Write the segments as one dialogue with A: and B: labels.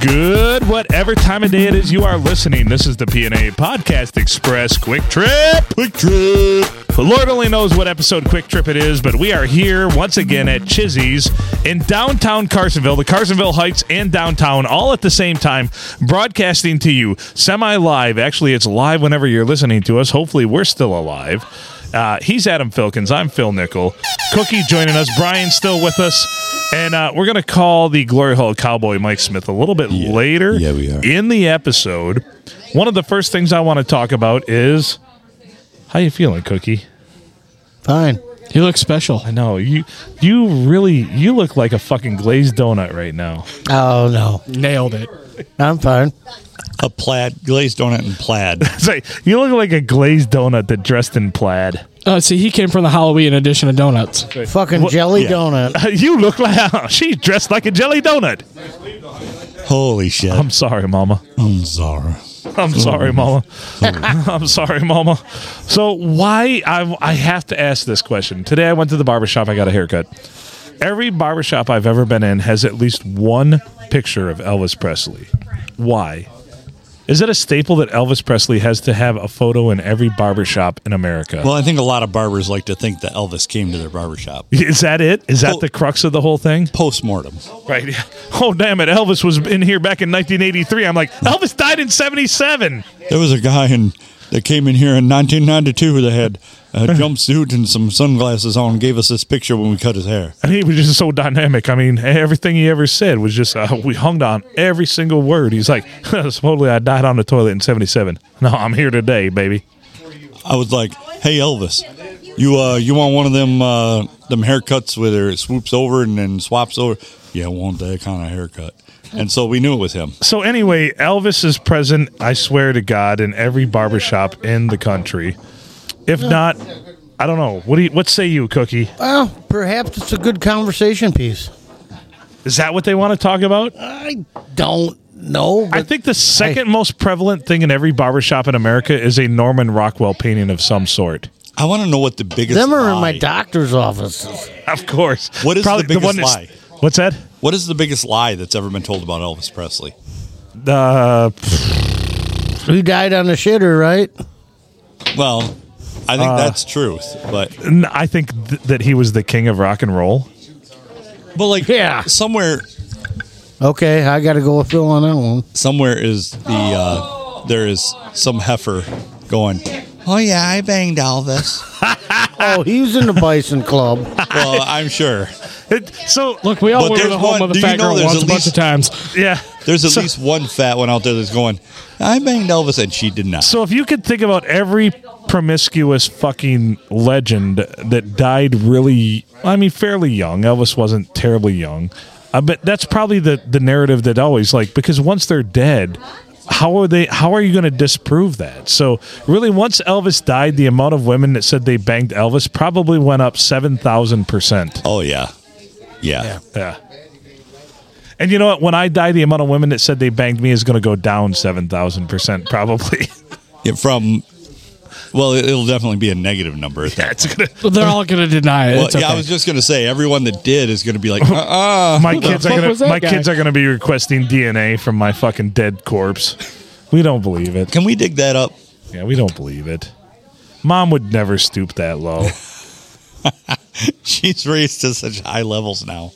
A: Good, whatever time of day it is you are listening. This is the PNA Podcast Express Quick Trip. Quick Trip. Lord only knows what episode Quick Trip it is, but we are here once again at Chizzy's in downtown Carsonville, the Carsonville Heights and downtown, all at the same time, broadcasting to you semi live. Actually, it's live whenever you're listening to us. Hopefully, we're still alive. Uh, he's Adam Filkins. I'm Phil Nickel. Cookie joining us. Brian's still with us. And uh, we're going to call the Glory Hole Cowboy Mike Smith a little bit later
B: Yeah, we are.
A: in the episode. One of the first things I want to talk about is how you feeling, Cookie?
C: Fine.
D: You look special.
A: I know you you really you look like a fucking glazed donut right now.
C: Oh no,
D: Nailed it.
C: I'm fine.
B: a plaid glazed donut and plaid.
A: It's like you look like a glazed donut that dressed in plaid.
D: Uh, see, he came from the Halloween edition of donuts.
C: Fucking jelly
B: yeah.
C: donut.
A: You look like she's dressed like a jelly donut.
B: Holy shit!
A: I'm sorry, mama.
B: I'm sorry.
A: I'm sorry, Mama. I'm sorry, Mama. So why I I have to ask this question. Today I went to the barbershop, I got a haircut. Every barbershop I've ever been in has at least one picture of Elvis Presley. Why? Is it a staple that Elvis Presley has to have a photo in every barbershop in America?
B: Well, I think a lot of barbers like to think that Elvis came to their barbershop
A: is that it? Is that
B: Well-
A: the crux of the whole thing?
B: post mortem.
A: Right. Oh damn it! Elvis was in here back in 1983. I'm like, Elvis died in 77.
B: There was a guy in, that came in here in 1992 that had a jumpsuit and some sunglasses on. and Gave us this picture when we cut his hair.
A: And he was just so dynamic. I mean, everything he ever said was just, uh, we hung on every single word. He's like, supposedly I died on the toilet in 77. No, I'm here today, baby.
B: I was like, "Hey Elvis, you uh, you want one of them uh, them haircuts where it swoops over and then swaps over? Yeah, I want that kind of haircut." And so we knew it was him.
A: So, anyway, Elvis is present, I swear to God, in every barbershop in the country. If not, I don't know. What do you, what say you, Cookie?
C: Well, perhaps it's a good conversation piece.
A: Is that what they want to talk about?
C: I don't know.
A: I
C: But
A: think the second most prevalent thing in every barbershop in America is a Norman Rockwell painting of some sort.
B: I want to know what the biggest
C: them are in
B: lie-
C: my doctor's offices.
A: Of course.
B: What is the biggest
A: that's-
B: lie?
A: What's that?
B: What is the biggest lie that's ever been told about Elvis Presley?
A: Uh,
C: He died on the shitter, right?
B: Well, I think that's truth, but
A: N- I think th- that he was the king of rock and roll.
B: but like
C: Yeah.
B: somewhere
C: Okay, I got to go with Phil on that one.
B: somewhere is the uh, there is some heifer going. Oh yeah, I banged Elvis.
A: Ah.
C: Oh, he was in the Bison Club.
B: well, I'm sure
A: It, so
D: Look, we all
B: But
D: went to
B: there's
D: the home
B: one-
D: of the
B: do you
D: fat
B: know
D: girl
B: there's
D: once
B: at
D: a bunch
B: least-
D: of times.
A: yeah,
B: there's at
A: so,
B: least one fat one out there that's going. I banged Elvis, and she did not.
A: So if you could think about every promiscuous fucking legend that died really, I mean, fairly young. Elvis wasn't terribly young, uh, but that's probably the the narrative that always like because once they're dead. How are they? How are you going to disprove that? So, really, once Elvis died, the amount of women that said they banged Elvis probably went up seven thousand percent.
B: Oh yeah, yeah.
A: Yeah. And you know what? When I die, the amount of women that said they banged me is going to go down 7,000%, probably.
B: Yeah, From well, it- it'll definitely be a negative number at that.
A: That's going to.
D: But They're all going to deny it.
B: Well,
D: it's okay.
B: yeah, I was just gonna say everyone that did is gonna be like, uh-uh.
A: My kids are
D: Uh, fuck
A: going
D: was
A: to
D: that
A: my
D: guy?
A: kids are going to be requesting DNA from my fucking dead corpse. We don't believe it.
B: can we dig that up?
A: Yeah, we don't believe it. Mom would never stoop that low.
B: She's raised to such high levels now.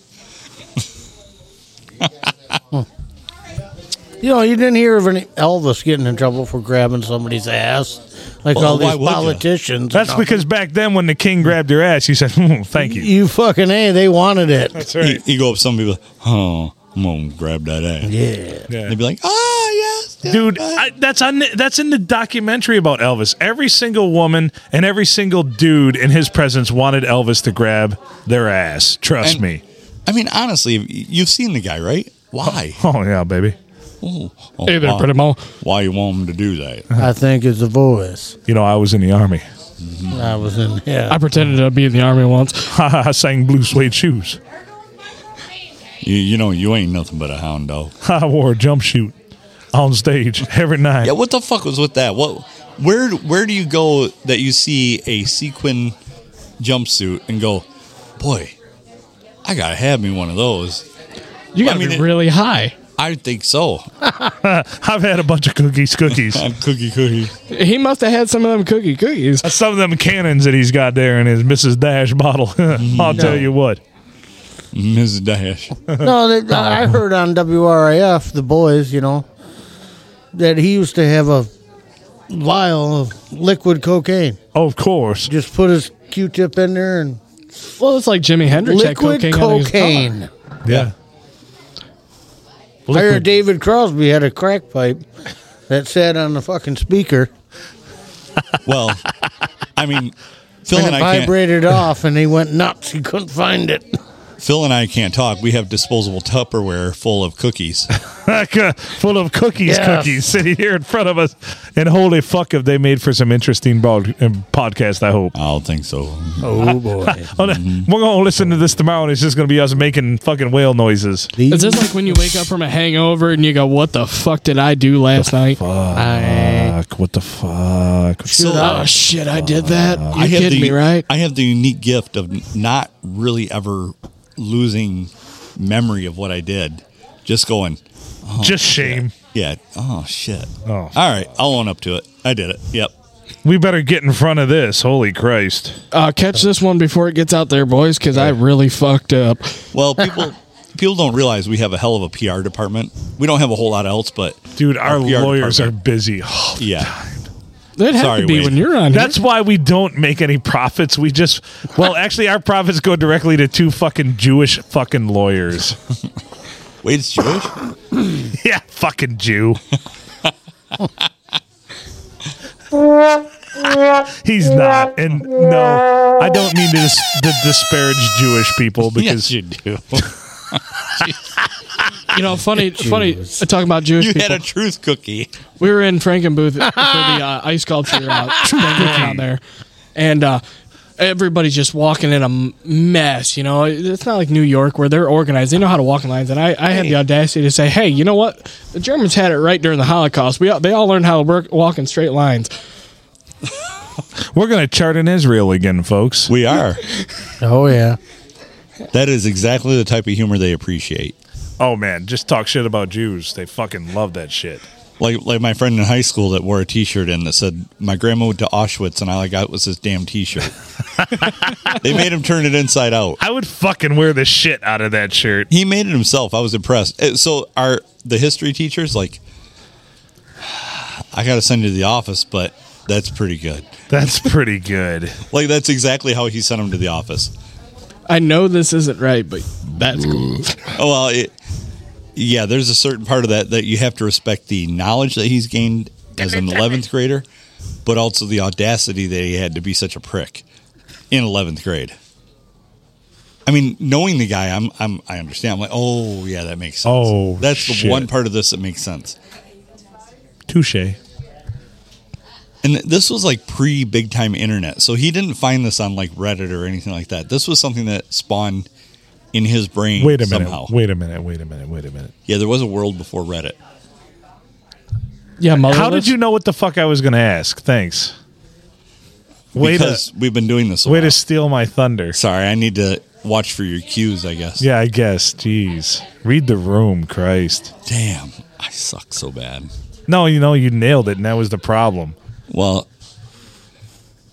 C: You know, you didn't hear of any Elvis getting in trouble for grabbing somebody's ass, like
B: Well,
C: all
B: why
C: these
B: would ya?
C: politicians.
A: That's
C: No.
A: because back then when the king grabbed your ass, he said, hmm, "Thank you."
C: you fucking a. They wanted it.
A: That's right.
B: You, you go up to some people, oh, I'm gonna grab that ass.
C: Yeah.
B: They'd be like, oh yes, yes,
A: dude
B: yes."
A: I, that's on the- that's in the documentary about elvis every single woman and every single dude in his presence wanted elvis to grab their ass trust
B: And-
A: me
B: I mean, honestly, you've seen the guy, right? Why?
A: oh yeah baby
B: Oh, oh,
D: hey there,
B: why,
D: pretty mole.
B: Why you want him to do that?
C: I think it's the voice.
A: you know i was in the army
C: I was in. Yeah.
D: I pretended to be in the army once.
A: i sang blue suede shoes
B: You, you know, you ain't nothing but a hound dog.
A: i wore a jump suit on stage every night
B: Yeah, what the fuck was with that? What? Where? Where do you go that you see a sequin jumpsuit and go, boy, I gotta have me one of those?
D: You got to
B: I mean,
D: be
B: it-
D: really high.
B: I think so.
A: I've had a bunch of cookies, cookies.
B: I'm cookie cookie.
D: He must have had some of them cookie cookies.
A: Some of them cannons that he's got there in his Mrs. Dash bottle. I'll tell you what.
B: Mrs. Dash.
C: No, they, I I
D: Uh-huh.
C: heard on WRAF, the boys, you know, that he used to have a vial of liquid cocaine.
A: Of course.
C: Just put his Q-tip in there and
D: Well, it's like Jimi Hendrix had
C: liquid
D: cocaine. on his car.
C: cocaine.
A: Yeah.
C: I heard
A: Liquid.
C: David Crosby had a crack pipe that sat on the fucking speaker
B: Well, I mean, Phil
C: and
B: and
C: it
B: I can't.
C: vibrated off, and he went nuts. He couldn't find it.
B: Phil and I can't talk. We have disposable Tupperware full of cookies.
A: full of cookies,
C: Yes.
A: cookies sitting here in front of us. And holy fuck, have they made for some interesting bod- um, podcast? I hope.
B: I don't think so.
C: Oh boy!
A: Oh, no, We're gonna listen to this tomorrow, and it's just gonna be us making fucking whale noises.
D: Is this like when you wake up from a hangover and you go, "What the fuck did I do last night?"
A: Fuck! What the fuck?
B: So uh,
D: Oh shit, I did that. You're
B: I have
D: kidding
B: the
D: me, right?
B: I have the unique gift of n- not really ever losing memory of what I did. Just going,
A: just shame.
B: yeah, oh shit.
A: Oh.
B: All right, I'll own up to it. I did it. Yep.
A: We better get in front of this. Holy Christ!
D: Uh, catch this one before it gets out there, boys, because I really fucked up.
B: Well, people people don't realize we have a hell of a PR department. We don't have a whole lot else, but
A: Dude, our
B: PR
A: lawyers
B: department.
A: are busy. Oh,
B: yeah.
D: That had
B: Sorry,
D: to be
B: Wade.
D: when you're on.
A: That's why we don't make any profits. We just, well, actually, our profits go directly to two fucking Jewish fucking lawyers.
B: Wade's Jewish.
A: yeah, fucking Jew. He's not, and no, I don't mean to, dis- to disparage Jewish people because
B: you do.
D: here. you know, funny, funny. uh, Talking about Jewish
B: you
D: people,
B: had a truth cookie.
D: we were in Frankenbooth for the uh, ice sculpture uh, thing going on there, and uh, everybody's just walking in a m- mess. You know, it's not like New York where they're organized; they know how to walk in lines. And I, I had the audacity to say, "Hey, you know what? The Germans had it right during the Holocaust. We all- they all learned how to work walk in straight lines."
A: we're going to chart in Israel again, folks.
B: We are.
C: Oh yeah.
B: That is exactly the type of humor they appreciate.
A: Oh man, just talk shit about Jews. They fucking love that shit.
B: Like like my friend in high school that wore a T-shirt in that said "My grandma went to Auschwitz" and all I got was this damn T-shirt. they made him turn it inside out.
A: I would fucking wear the shit out of that shirt.
B: He made it himself. I was impressed. Uh, So our the history teachers like, I got to send you to the office, but that's pretty good.
A: That's pretty good.
B: Like that's exactly how he sent him to the office.
D: I know this isn't right, but that's cool.
B: Oh well, it, yeah. There's a certain part of that that you have to respect the knowledge that he's gained as an 11th grader, but also the audacity that he had to be such a prick in 11th grade. I mean, knowing the guy, I'm, I'm, I understand. I'm like, oh yeah, that makes sense.
A: Oh,
B: that's
A: shit.
B: the one part of this that makes sense.
A: Touche.
B: And th- this was like pre big time internet, so he didn't find this on like Reddit or anything like that. This was something that spawned in his brain.
A: Wait a minute.
B: somehow.
A: Wait a minute. Wait a minute. Wait a minute.
B: Yeah, there was a world before Reddit.
D: Yeah, mother.
A: How did you know what the fuck I was going to ask? Thanks. Way to,
B: because we've been doing this. A
A: way
B: while.
A: to steal my thunder.
B: Sorry, I need to watch for your cues, I guess.
A: Yeah, I guess. Jeez. Read the room, Christ.
B: Damn, I suck so bad.
A: No, you know, you nailed it, and that was the problem.
B: Well,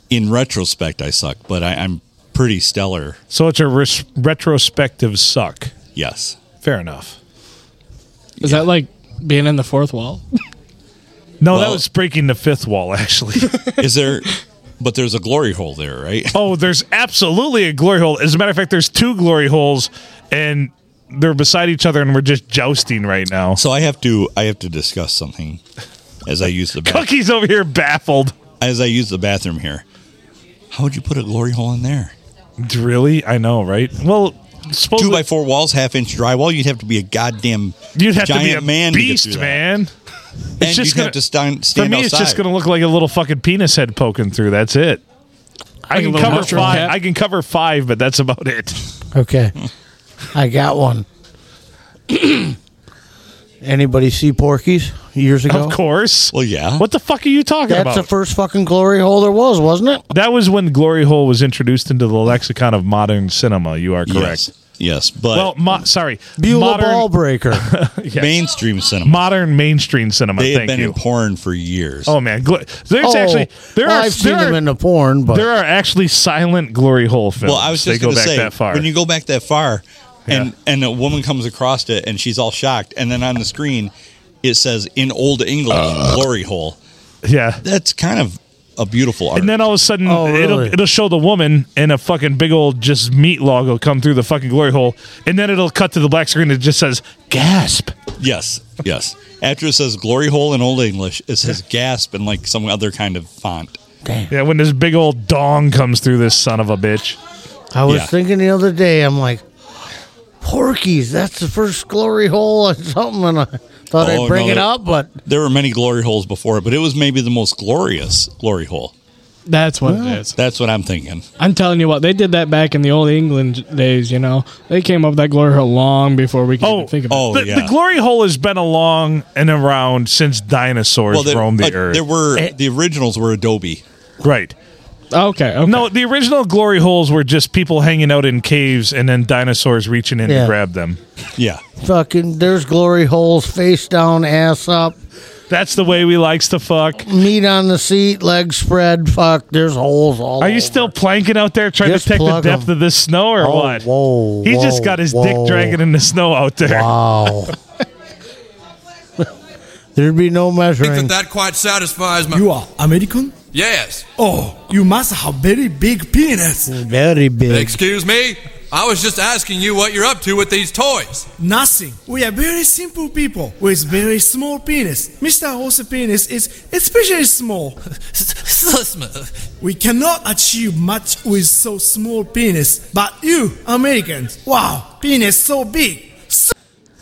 B: in retrospect, I suck, but I, I'm pretty stellar.
A: So it's a res- retrospective suck.
B: Yes.
A: Fair enough.
D: Is that like being in the fourth wall?
A: No, that
B: Well-
A: was breaking the fifth wall, actually.
B: Is there, but there's a glory hole there, right?
A: oh, there's absolutely a glory hole. As a matter of fact, there's two glory holes, and they're beside each other, and we're just jousting right now.
B: So I have to, I have to discuss something as I use the bath,
A: Cookie's over here baffled.
B: as I use the bathroom here. How would you put a glory hole in there?
A: Really? I know, right? Well, suppose
B: Two by four walls, half inch drywall. You'd have to be a goddamn
A: you'd have to
B: giant
A: be a
B: man to get
A: beast,
B: through that.
A: man.
B: And
A: just
B: you'd
A: gonna-
B: have to stand,
A: For
B: stand
A: me,
B: outside.
A: it's just going to look like a little fucking penis head poking through. That's it. I
D: Like a
A: can
D: little
A: cover
D: mushroom
A: five.
D: cap?
A: I can cover five, but that's about it.
C: Okay. I got one. Anybody see Porky's years ago?
A: Of course.
B: Well, yeah.
A: What the fuck are you talking
C: That's
A: about?
C: the first fucking glory hole there was, wasn't it?
A: that was when glory hole was introduced into the lexicon of modern cinema. You are correct.
B: Yes. Yes, but
A: Well, mo- sorry,
C: Beulah
A: modern,
C: ball breaker.
A: yes.
B: mainstream cinema.
A: modern mainstream cinema.
B: they have
A: thank
B: been
A: you.
B: in porn for years.
A: Oh man, Gl- there's
C: oh,
A: actually there
C: well,
A: are
C: I've
A: there
C: seen them
A: are,
C: in the porn, but
A: there are actually silent glory hole films.
B: well, I was just
A: they go
B: going to
A: back
B: say
A: that far.
B: when you go back that far, and and a woman comes across it and she's all shocked, and then on the screen it says in old English
A: Uh.
B: glory hole.
A: yeah.
B: That's kind of a beautiful art.
A: And then all of a sudden,
C: Oh,
A: it'll
C: really?
A: it'll show the woman and a fucking big old just meat log will come through the fucking glory hole, and then it'll cut to the black screen that just says gasp.
B: yes, yes. After it says glory hole in old English, it says gasp in like some other kind of font.
A: Yeah, when this big old dong comes through this son of a bitch.
C: I was
B: Yeah.
C: thinking the other day, I'm like, Porky's, that's the first glory hole or something. And I thought
B: Oh,
C: I'd bring
B: no,
C: it
B: that-
C: up, but
B: There were many glory holes before, but it was maybe the most glorious glory hole.
D: That's what it is.
B: That's what I'm thinking.
D: I'm telling you what, they did that back in the old England days, you know. They came up with that glory hole long before we could
A: Oh,
D: even think about
B: Oh
A: the,
B: yeah.
A: the glory hole has been along and around since dinosaurs
B: there,
A: roamed the
B: uh,
A: earth.
B: there were the originals were Adobe.
A: right.
D: it. Okay, okay.
A: No, the original glory holes were just people hanging out in caves and then dinosaurs reaching in
C: Yeah.
A: to grab them.
B: Yeah.
C: fucking, there's glory holes, face down, ass up,
A: That's the way we likes to fuck.
C: meat on the seat, legs spread. Fuck, there's holes all
A: Are you
C: over.
A: still planking out there trying
C: Oh Just
A: to take the
C: plug 'em.
A: depth of this snow or
C: Oh,
A: what?
C: whoa,
A: he just
C: whoa,
A: got his dick
C: whoa.
A: dragging in the snow out there.
C: Wow. There'd be no
E: think that
C: measuring.
E: that quite satisfies my.
F: You are American?
E: yes.
F: Oh, you must have very big penis.
C: Very big.
E: Excuse me? I was just asking you what you're up to with these toys.
F: Nothing. We are very simple people with very small penis. Mr. Horse's penis is especially small. We cannot achieve much with so small penis. But you, Americans, wow, penis so big. So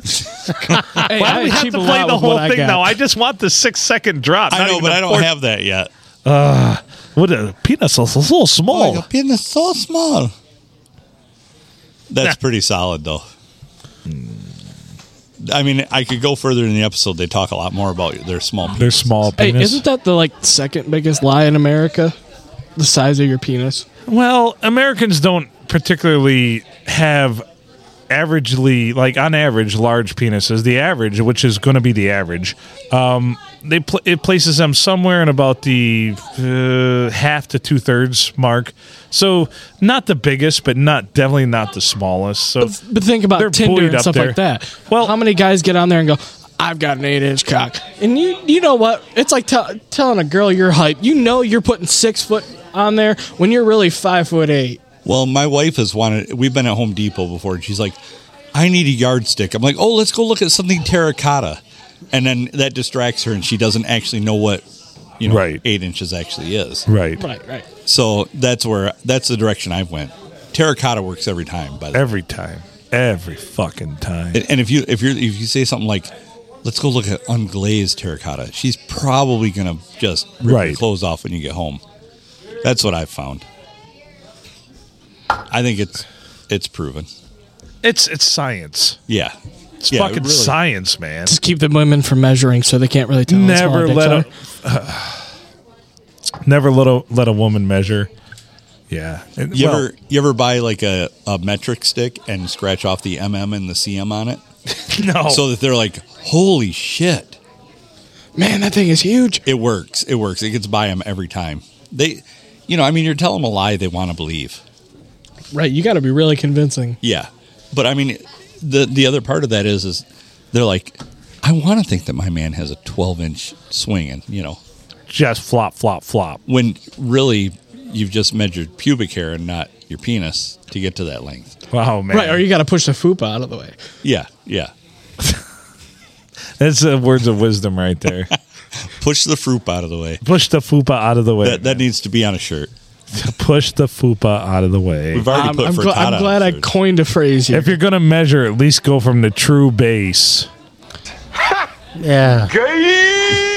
D: Hey,
A: Why do
D: I
A: we have to
D: achieve a
A: play
D: lot
A: the
D: with what
A: whole
D: I
A: thing
D: got.
A: now? I just want the six second drop.
B: I
A: not
B: know,
A: even
B: but
A: the
B: I don't
A: four-
B: have that yet.
A: What a penis is a little small.
B: your penis so small. That's pretty solid, though. Hmm. I mean, I could go further in the episode. They talk a lot more about their small penis.
A: They're small
D: Hey,
A: penis.
D: isn't that the like second biggest lie in America? The size of your penis.
A: Well, Americans don't particularly have averagely, like on average, large penises. The average, which is going to be the average, um, they pl- it places them somewhere in about the uh, half to two thirds mark. So not the biggest, but not definitely not the smallest. So
D: But think about
A: They're
D: Tinder
A: buoyed
D: and
A: up
D: stuff like
A: there.
D: that.
A: Well-
D: Well, how many guys get on there and go, "I've got an eight-inch cock," and you you know what? It's like tell telling a girl you're hype. You know you're putting six foot on there when you're really five foot eight.
B: Well, my wife has wanted. We've been at Home Depot before, and she's like, "I need a yardstick." I'm like, "Oh, let's go look at something terracotta," and then that distracts her, and she doesn't actually know what you know
A: Right.
B: eight inches actually is.
A: right,
D: Right, right.
B: So that's where that's the direction I've went. Terracotta works every time. By the way.
A: every time, every fucking time.
B: And, and if you if you if you say something like, "Let's go look at unglazed terracotta," she's probably gonna just rip
A: Right.
B: your clothes off when you get home. That's what I've found. I think it's it's proven.
A: It's it's science.
B: Yeah,
A: It's
B: Yeah, it
A: fucking
B: really-
A: science, man.
D: Just keep the women from measuring so they can't really tell. how small
A: never
D: dicks
A: let
D: are.
A: a never let a let a woman measure. Yeah. And-
B: You
A: well,
B: ever you ever buy like a, a metric stick and scratch off the mm and the cm on it
A: no.
B: so that they're like, "Holy shit!"
D: man. That thing is huge.
B: It works. It works. It gets by them every time. They, you know, I mean, you're telling them a lie they want to believe.
D: Right, you got to be really convincing.
B: Yeah, but I mean, the the other part of that is is they're like, I want to think that my man has a 12 inch swing, and you know,
A: just flop, flop, flop.
B: when really you've just measured pubic hair and not your penis to get to that length.
A: Wow, Oh, man.
D: Right, or you got to push the fupa out of the way.
B: Yeah, yeah.
A: That's the words of wisdom right there.
B: Push the fruit out of the way.
A: Push the fupa out of the way.
B: That that needs to be on a shirt.
A: Push the fupa out of the way.
B: We've already
D: Um, I'm,
B: put
D: I'm
B: frittata
D: gl- I'm
B: on
D: glad I
B: shirts.
D: coined a phrase here.
A: If you're gonna measure, at least go from the true base.
C: Yeah.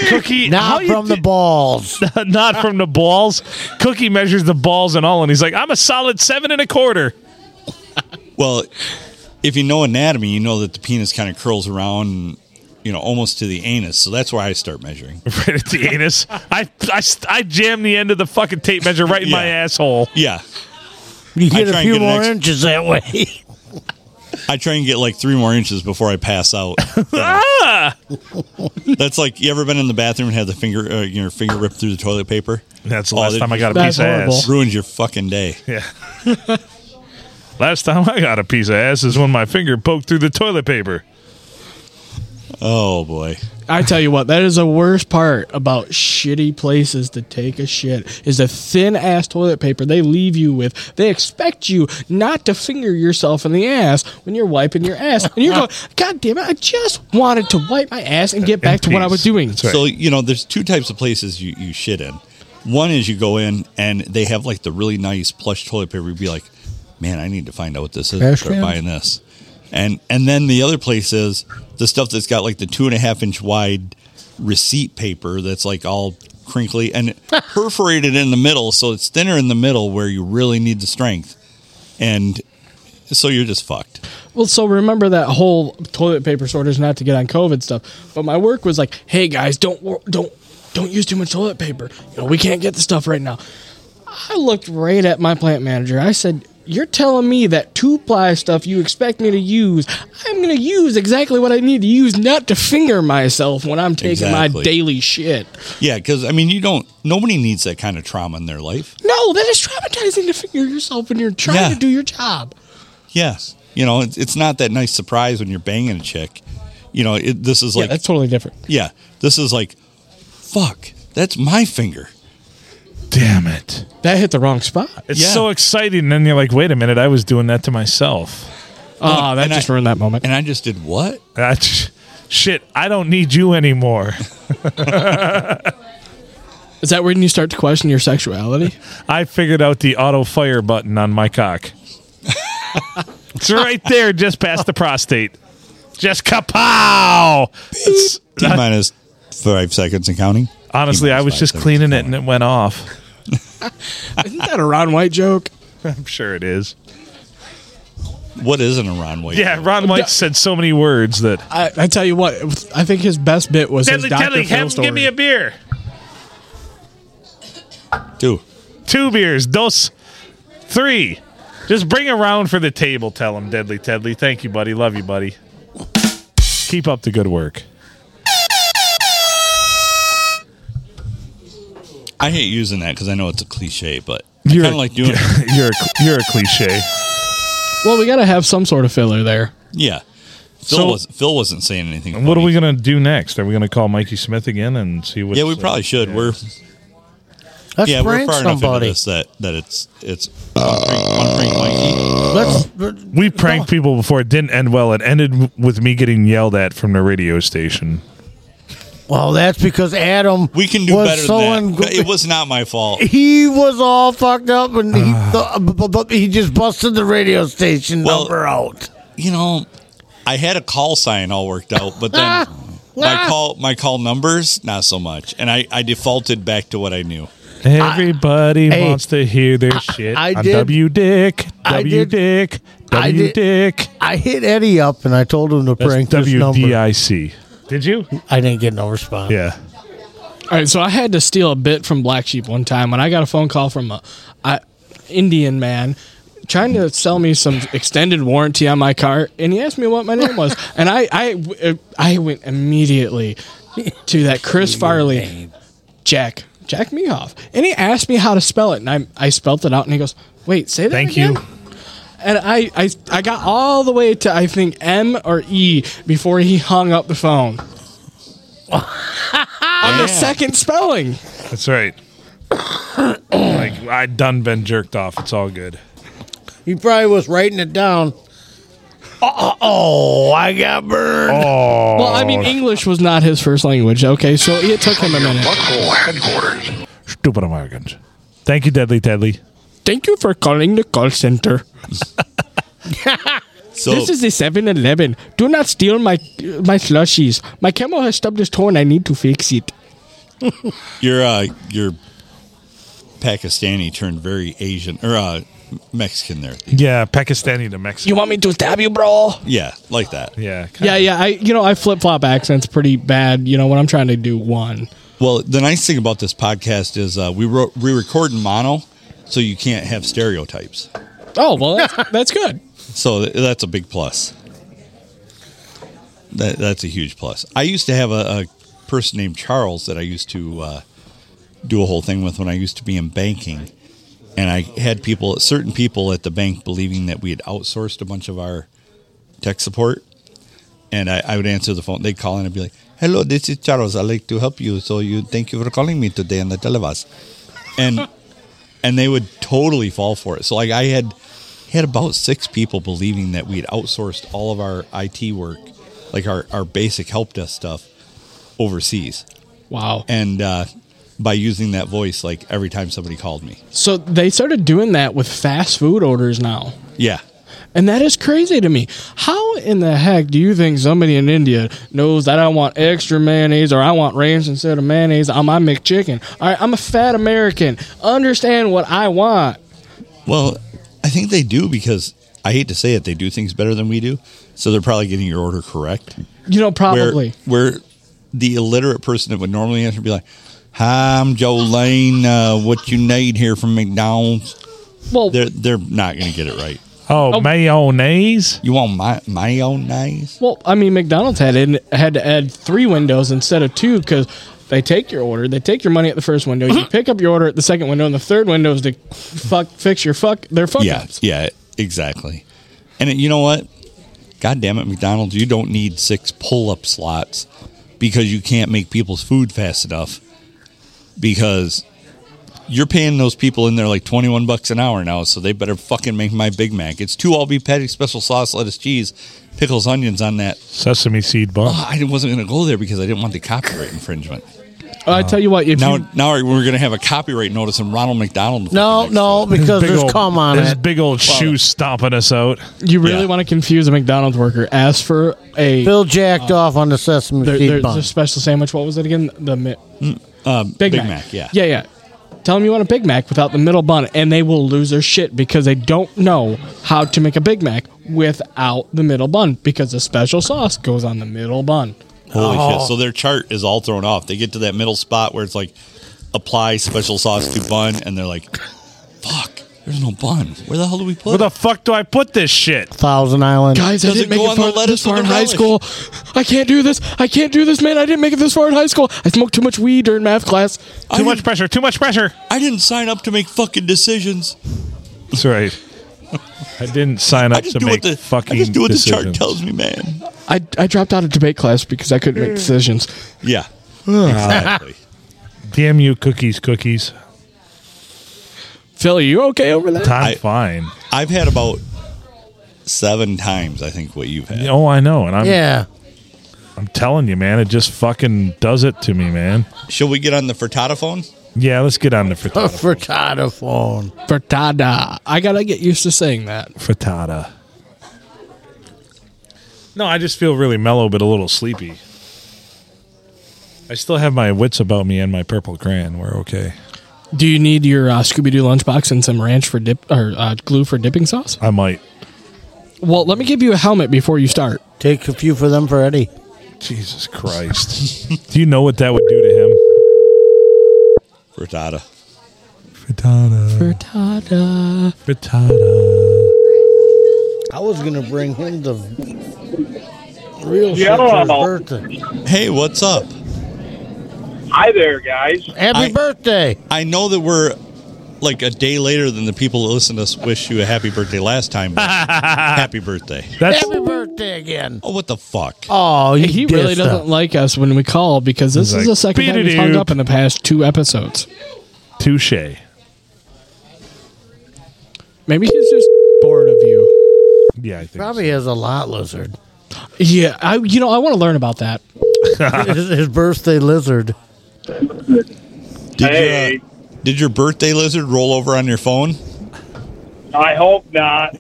A: Cookie,
C: Not from the balls.
A: the not from the balls. Cookie measures the balls and all, and he's like, "I'm a solid seven and a quarter."
B: Well, if you know anatomy, you know that the penis kind of curls around, you know, almost to the anus. So that's where I start measuring.
A: Right at the anus. I I I jam the end of the fucking tape measure right in my
B: Yeah.
A: asshole.
B: Yeah,
C: You get
B: try
C: a
B: and
C: few
B: get an
C: more
B: ex-
C: inches that way.
B: I try and get like three more inches before I pass out.
A: Ah!
B: That's like you ever been in the bathroom and had the finger uh, your finger ripped through the toilet paper?
A: That's the
B: Oh,
A: last
B: that-
A: time I got a
D: that's
A: piece of
D: horrible.
A: ass.
B: Ruins your fucking day.
A: Yeah. last time I got a piece of ass is when my finger poked through the toilet paper.
B: Oh boy.
D: I tell you what, that is the worst part about shitty places to take a shit is the thin ass toilet paper they leave you with. They expect you not to finger yourself in the ass when you're wiping your ass, and you're going, "God damn it! I just wanted to wipe my ass and get back to what I was
A: peace.
D: doing."
A: That's right.
B: So you know, there's two types of places you, you shit in. One is you go in and they have like the really nice plush toilet paper. You'd be like, man, I need to find out what this is. and
C: Trash
B: Start
C: cans?
B: buying this. And and then the other place is the stuff that's got like the two and a half inch wide receipt paper that's like all crinkly and perforated in the middle, so it's thinner in the middle where you really need the strength. And so you're just fucked.
D: Well, so remember that whole toilet paper shortage not to get on COVID stuff. But my work was like, "Hey guys, don't wor- don't don't use too much toilet paper. You know, we can't get the stuff right now." I looked right at my plant manager. I said, "You're telling me that two ply stuff you expect me to use, I'm going to use exactly what I need to use, not to finger myself when I'm taking my
B: Exactly.
D: daily shit."
B: Yeah, because I mean, you don't. Nobody needs that kind of trauma in their life.
D: No, that is traumatizing to finger yourself when you're trying
B: Yeah.
D: to do your job.
B: Yes. You know, it's, it's not that nice surprise when you're banging a chick. You know, it, this is
D: Yeah,
B: like, yeah,
D: that's totally different.
B: this is like, fuck, that's my finger.
A: Damn it.
D: That hit the wrong spot.
A: It's
B: Yeah.
A: so exciting. And then you're like, wait a minute, I was doing that to myself.
D: Ah, that
B: and
D: just
B: I-
D: ruined that moment.
B: And I just did what?
A: That's, shit, I don't need you anymore.
D: Is that when you start to question your sexuality?
A: I figured out the auto fire button on my cock. it's right there, just past the prostate. Just kapow! It's-
B: T minus five seconds and counting.
A: honestly, I was
B: T-minus
A: just
B: five
A: cleaning it
B: seconds
A: and it went off.
D: Isn't that a Ron White joke?
A: I'm sure it is.
B: counting. What isn't a Ron White?
A: Yeah, Ron White said so many words that.
D: I, I tell you what, I think his best bit was his
A: Deadly
D: Dr.
A: Telly,
D: Phil
A: have him
D: story.
A: give me a beer.
B: Two.
A: Two beers, dos, three. Just bring a round for the table, tell him, Deadly Tedley. Thank you, buddy. Love you, buddy. Keep up the good work.
B: I hate using that because I know it's a cliche, but
A: You're-
B: I kind of like doing it.
A: You're a, you're a cliche.
D: well, we got to have some sort of filler there.
B: Yeah. Phil,
A: So-
B: was, Phil wasn't saying anything.
A: What are
B: funny.
A: we gonna do next? Are we gonna call Mikey Smith again and see uh, what?
B: Yeah, we probably should. We're
C: Let's
B: yeah, we're
C: prank
B: far enough into
C: somebody.
B: this that that it's it's one prank, one prank Mikey.
C: Let's.
A: we pranked people before. It didn't end well. It ended w- with me getting yelled at from the radio station.
C: Well, that's because Adam.
B: We can do
C: was
B: better
C: so
B: than that.
C: ungr-
B: it was not my fault.
C: he was all fucked up, and he, th- uh, bu- bu- bu- he just busted the radio station
B: Uh. Well-
C: number out.
B: you know, I had a call sign all worked out, but
D: Ah.
B: then my call my call numbers not so much, and I, I defaulted back to what I knew.
A: Everybody
C: hey,
A: wants to hear their shit.
C: I
A: on
C: did-
A: W Dick.
C: I
A: W
C: did-
A: Dick.
C: I
A: W
C: did-
A: Dick.
C: I hit Eddie up, and I told him to
A: That's
C: prank this
A: W D
C: number.
A: I C. Did you?
C: I didn't get no response.
A: Yeah.
D: All right, so I had to steal a bit from Black Sheep one time when I got a phone call from a, I Indian man trying to sell me some extended warranty on my car, and he asked me what my name was, and I I I went immediately to that Chris Farley, Jack Jack Mehoff, and he asked me how to spell it, and I I spelt it out, and he goes, "Wait, say that
A: Thank
D: again?"
A: you.
D: And I, I I got all the way to I think M or E before he hung up the phone. On the second spelling.
A: That's right. like I done been jerked off. It's all good.
C: He probably was writing it down. Oh, oh, I got burned.
A: Oh,
D: Well, I mean, English was not his first language. Okay, so it took him a minute.
A: stupid Americans. Thank you, Deadly Tedley.
D: Thank you for calling the call center.
B: So
D: This is the 7-Eleven. Do not steal my my slushies. My camera has stubbed his toe, and I need to fix it.
B: your uh, your Pakistani turned very Asian or uh, Mexican there.
A: Yeah, Pakistani to Mexico.
D: You want me to stab you, bro?
B: Yeah, like that.
A: yeah. kinda.
D: Yeah, yeah. I you know I flip flop accents pretty bad. You know when I'm trying to do one.
B: Well, the nice thing about this podcast is uh, we ro- we record in mono, so you can't have stereotypes.
D: Oh well, that's, that's good.
B: So th- that's a big plus. That, that's a huge plus. I used to have a, a person named Charles that I used to uh, do a whole thing with when I used to be in banking, and I had people, certain people at the bank, believing that we had outsourced a bunch of our tech support, and I, I would answer the phone. They'd call in and be like, "Hello, this is Charles. I'd like to help you. So you thank you for calling me today on the televis," and and they would totally fall for it. So like I had had about six people believing that we had outsourced all of our IT work, like our, our basic help desk stuff, overseas.
D: Wow.
B: And uh, by using that voice, like every time somebody called me,
D: So they started doing that with fast food orders now.
B: yeah,
D: And that is crazy to me. How in the heck do you think somebody in India knows that I want extra mayonnaise or I want ranch instead of mayonnaise on my McChicken? All right, I'm a fat American. Understand what I want.
B: Well, I think they do because I hate to say it, they do things better than we do. So they're probably getting your order correct.
D: You know, probably.
B: Where, where the illiterate person that would normally answer would be like, Hi, I'm Jolene. Uh, what you need here from McDonald's?
D: well,
B: They're they're not going to get it right.
A: Oh, mayonnaise?
B: You want my mayonnaise?
D: well, I mean, McDonald's had in, had to add three windows instead of two because they take your order, they take your money at the first window,
B: Uh-huh.
D: you pick up your order at the second window, and the third window is to fuck fix your fuck their fuck
B: Yeah,
D: ups.
B: yeah, exactly. And it, you know what? God damn it, McDonald's! You don't need six pull-up slots because you can't make people's food fast enough because you're paying those people in there like 21 bucks an hour now, so they better fucking make my Big Mac. It's two all beef patties, special sauce, lettuce, cheese, pickles, onions on that.
A: Sesame seed bun.
B: I wasn't going to go there because I didn't want the copyright infringement.
D: Uh, I tell you what, if
B: Now,
D: you,
B: now we're going to have a copyright notice from Ronald McDonald.
C: No, no, because there's cum on
A: his
C: it.
A: big old shoe stomping us out.
D: you really
B: yeah.
D: want to confuse a McDonald's worker, ask for a
C: Bill jacked off on the sesame
D: There,
C: seed
D: there's
C: bun.
D: a special sandwich. What was it again? The mi-
B: Um,
D: Mm, Big,
B: Big
D: Mac.
B: Mac, yeah.
D: yeah, yeah. Tell them you want a Big Mac without the middle bun, and they will lose their shit because they don't know how to make a Big Mac without the middle bun because the special sauce goes on the middle bun.
B: Holy
A: Oh.
B: shit. So their chart is all thrown off. They get to that middle spot where it's like apply special sauce to bun and they're like, fuck, there's no bun. Where the hell do we put
A: Where
B: it?
A: the fuck do I put this shit?
C: Thousand Island.
D: Guys, I
B: Does
D: didn't
B: it
D: make
B: go
D: it
B: on the
D: far,
B: lettuce
D: this far
B: or
D: in
B: the
D: high
B: relish?
D: school. I can't do this. I can't do this, man. I didn't make it this far in high school. I smoked too much weed during math
B: I
D: class.
A: Too
B: didn't-
A: much pressure. Too much pressure.
B: I didn't sign up to make fucking decisions.
A: That's right. I didn't sign
B: I
A: up
B: just
A: to
B: do
A: make
B: what the
A: fucking
B: I just do what
A: decisions.
B: the chart tells me, man.
D: I, I dropped out of debate class because I couldn't make decisions.
B: Yeah. exactly.
A: Ah. Damn you, cookies, cookies.
D: Phil, are you okay over there?
A: I'm
B: I-
A: fine.
B: I've had about seven times, I think, what you've had.
A: Oh, I know, and I'm
C: yeah.
A: I'm telling you, man, it just fucking does it to me, man.
B: Shall we get on the frittata phone?
A: Yeah, let's get on to
C: A
A: frittata.
C: frittata phone.
D: Frittata. I gotta get used to saying that.
A: frittata. No, I just feel really mellow, but a little sleepy. I still have my wits about me and my purple crayon. We're okay.
D: Do you need your uh, Scooby Doo lunchbox and some ranch for dip or uh, glue for dipping sauce?
A: I might.
D: Well, let me give you a helmet before you start.
C: Take a few for them for Eddie.
A: Jesus Christ. Do you know what that would do to him?
B: Frittata.
A: Frittata.
D: Frittata.
A: Frittata.
C: I was gonna bring him the real shit for his birthday.
B: Hey, what's up?
G: Hi there, guys.
C: Happy
B: I-
C: birthday!
B: I know that we're like a day later than the people that listen to us wish you a happy birthday last time. but happy birthday.
A: That's
C: Happy birthday again!
B: Oh, what the fuck?
C: Oh, you
D: He really
C: dissed
D: doesn't
C: him.
D: like us when we call because this
A: He's
D: is
A: like,
D: the second time he's hung
A: "Beep-a-doop."
D: up in the past two episodes.
A: touche.
D: Maybe he's just bored of you.
A: Yeah, I think.
C: Probably has a lot lizard.
D: Yeah, I you know I want to learn about that.
C: his, his birthday lizard.
B: Did,
G: Hey.
B: your, uh, did your birthday lizard roll over on your phone?
G: I hope not.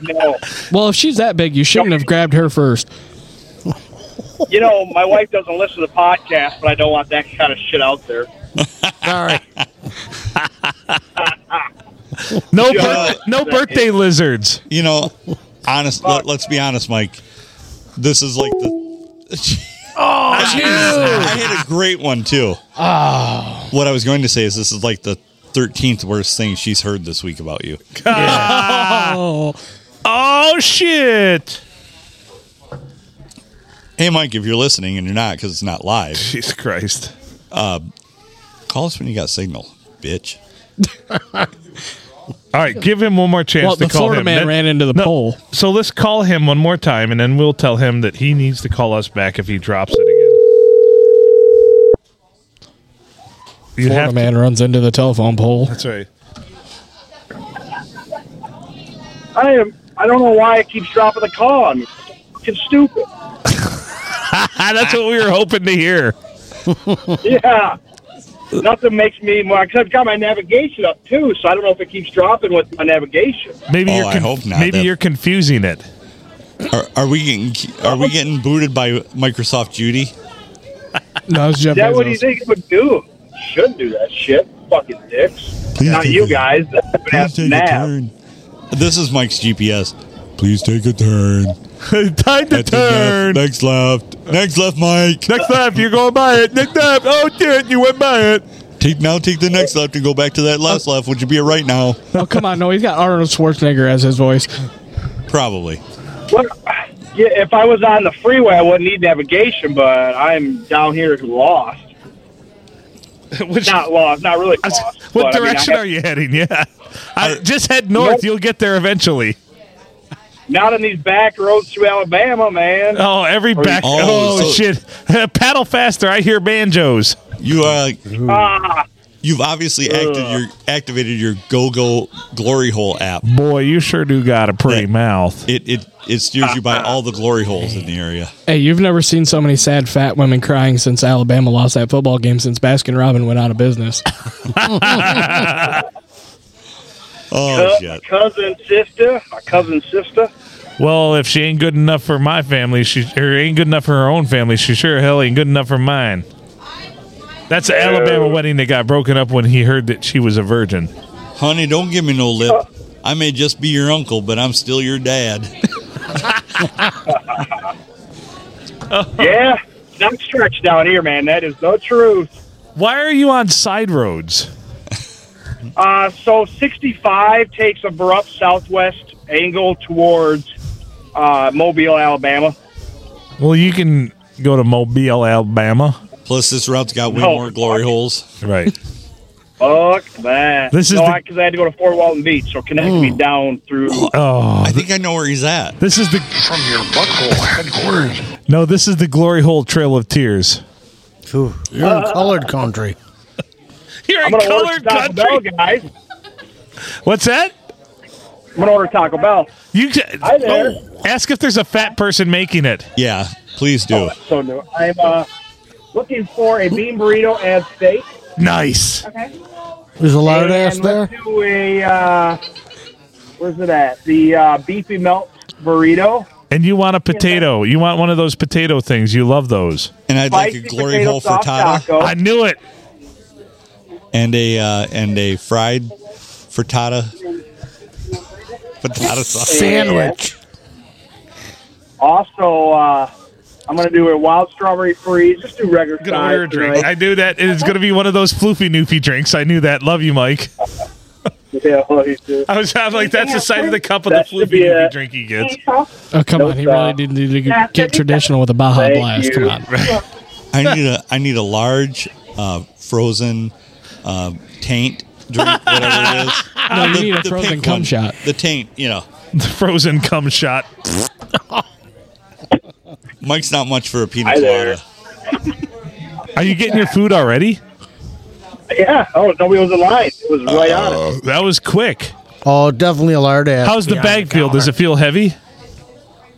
G: no.
D: Well, if she's that big, you shouldn't have grabbed her first.
G: You know, my wife doesn't listen to the podcast, but I don't want that kind of shit out there.
C: Sorry.
A: so. No,
B: Yeah.
A: bir- no birthday lizards.
B: You know, honest. Let, us be honest, Mike. This is like the. I had a great one too. Oh. What I was going to say is this is like the thirteenth worst thing she's heard this week about you.
A: Oh shit!
B: Hey, Mike, if you're listening and you're not because it's not live,
A: Jesus Christ.
B: call us when you got signal, bitch.
A: All right, give him one more chance
D: Well,
A: to
D: the
A: call
D: Florida
A: him.
D: man
A: Then-
D: ran into the pole.
A: So let's call him one more time, and then we'll tell him that he needs to call us back if he drops it again. You
D: Florida
A: have to-
D: man runs into the telephone pole.
A: That's right.
G: I am. I don't know why it keeps dropping the call on me. It's stupid.
A: Ah, that's what we were hoping to hear.
G: Yeah. Nothing makes me more. Cause I've got my navigation up too, so I don't know if it keeps dropping with my navigation.
A: Maybe
B: Oh,
A: you're
B: I
A: con-
B: hope not.
A: maybe
B: That-
A: you're confusing it.
B: Are, are we getting are we getting booted by Microsoft Judy?
D: No, it was Jeff
G: Is that what do you
D: Bezos.
G: think it would do? Should do that shit. Fucking dicks.
B: Please
G: Not
B: take
G: you
B: it.
G: guys. That's nav.
B: This is Mike's GPS. Please take a turn.
A: Time to
B: At the left-
A: turn.
B: next left. Next left, Mike.
A: Next left, you're going by it. Next left. Oh shit, you went by it.
B: Take now. Take the next left and go back to that last left. Would you be a right now?
D: Oh, come on. No, he's got Arnold Schwarzenegger as his voice.
B: Probably.
G: What? Yeah, if I was on the freeway, I wouldn't need navigation, but I'm down here lost.
A: Which,
G: Not lost, not really lost.
A: what
G: but, I mean, I
A: direction
G: have-
A: are you heading? Yeah, I,
B: Are-
A: just head north.
G: Nope.
A: You'll get there eventually.
G: Not in these back roads through Alabama, man.
A: Oh, every back.
B: Oh,
A: Oh,
B: so-
A: shit! Paddle faster. I hear banjos.
B: You uh,
G: ah,
B: you've obviously acted your activated your Go Go Glory Hole app.
A: Boy, you sure do got a pretty
B: Yeah.
A: mouth.
B: It it it steers you by all the glory holes in the area.
D: Hey, you've never seen so many sad fat women crying since Alabama lost that football game since Baskin Robin went out of business.
B: Oh
G: cou-
B: shit.
G: cousin, sister, my cousin, sister.
A: Well, if she ain't good enough for my family, she or ain't good enough for her own family. She sure hell ain't good enough for mine. That's an Alabama wedding that got broken up when he heard that she was a virgin.
B: Honey, don't give me no lip.
G: Uh,
B: I may just be your uncle, but I'm still your dad.
G: Yeah, not stretched down here, man. That is the truth.
A: Why are you on side roads?
G: Uh, so 65 takes abrupt southwest angle towards uh, Mobile, Alabama.
A: Well, you can go to Mobile, Alabama.
B: Plus, this route's got way
G: No.
B: more glory holes.
A: Right.
G: Fuck that.
A: This is
G: no,
A: the- Hmm.
G: because I had to go to Fort Walton Beach, so connect me down through.
A: Oh,
B: I think I know where he's at.
A: this is the
H: From your butthole headquarters.
A: no. This is the glory hole trail of tears.
C: Phew, You're in colored country.
A: You're
G: I'm gonna order Taco Bell, guys.
A: What's that?
G: I'm gonna order Taco Bell.
A: You ca-
G: Hi there.
A: Oh, ask if there's a fat person making it.
B: Yeah, please do.
G: So no, I'm uh, looking for a bean burrito and steak.
A: Nice.
C: There's a loud
G: and
C: ass there.
G: Let's do a uh, where's it at? The uh, beefy melt burrito.
A: And you want a potato. You want one of those potato things. You love those.
B: And I'd like a
G: Spicy
B: glory
G: potato
B: hole
G: soft
B: frittata
G: taco.
A: I knew it.
B: and a uh, and a fried frittata frittata sauce.
C: Sandwich.
G: Also, uh, I'm gonna do a wild strawberry freeze. Just do regular
A: I'm gonna order a
G: size.
A: drink. I
G: tonight.
A: knew that. It's gonna be one of those floofy noofy drinks. I knew that. Love you, Mike.
G: Yeah, well, you too.
A: I was I'm like, that's the side of the cup of
G: That
A: the
G: should
A: floofy
G: be
A: noofy
G: it.
A: drink he gets.
D: Oh, come
G: No
D: on. He
G: problem.
D: really did need to get traditional with a Baja
G: Thank
D: Blast.
G: you.
D: Come on.
B: I need a I need a large uh, frozen uh, taint drink, whatever it is.
D: No, you need a
B: the
D: frozen
B: pink
D: cum
B: one.
D: shot.
B: The taint, you know.
A: The frozen cum shot.
B: Mike's not much for a pina
G: Hi there.
B: colada.
A: Are you getting your food already?
G: Yeah. Oh, nobody was in line. It was right on it.
A: That was quick.
C: Oh, definitely a lard ass.
A: How's the bag feel? Does it feel heavy?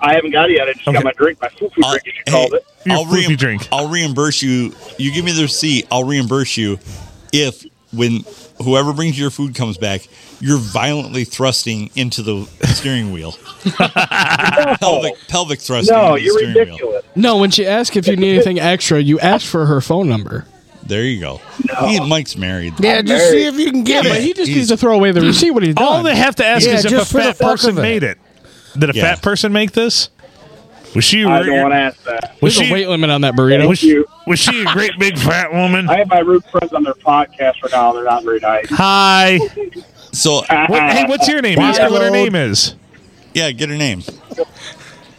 G: I haven't got it yet. I just
A: Okay.
G: got my drink, my foo foo
B: I'll,
G: drink, as you
B: Uh, hey,
G: called it.
A: Your
B: I'll,
A: floofy drink.
B: I'll reimburse you. You give me the receipt. I'll reimburse you if when whoever brings your food comes back, you're violently thrusting into the steering wheel. pelvic, pelvic thrusting. into
G: No,
B: the
G: you're
B: steering Wheel.
G: ridiculous.
D: No, when she asked if you need anything extra, you asked for her phone number.
B: There you go. He and Mike's married.
C: Yeah, just see if you can get
D: But
C: it.
D: he just
B: He's-
D: needs to throw away the receipt when he's done.
A: All they have to ask
C: Yeah,
A: is if a
C: just for the
A: fat
C: fuck
A: person
C: of it.
A: made it. Did a
B: Yeah.
A: fat person make this? Was she?
G: I
A: re-
G: don't want to ask that.
A: was
D: There's
A: she?
D: a weight limit on that burrito.
A: was, she
G: you.
A: was she a great big fat woman?
G: I have my root friends on their podcast right now. They're not very nice.
A: Hi.
B: So
G: Uh,
A: What, hey, what's your name? Ask her what her name is.
B: yeah, get her name.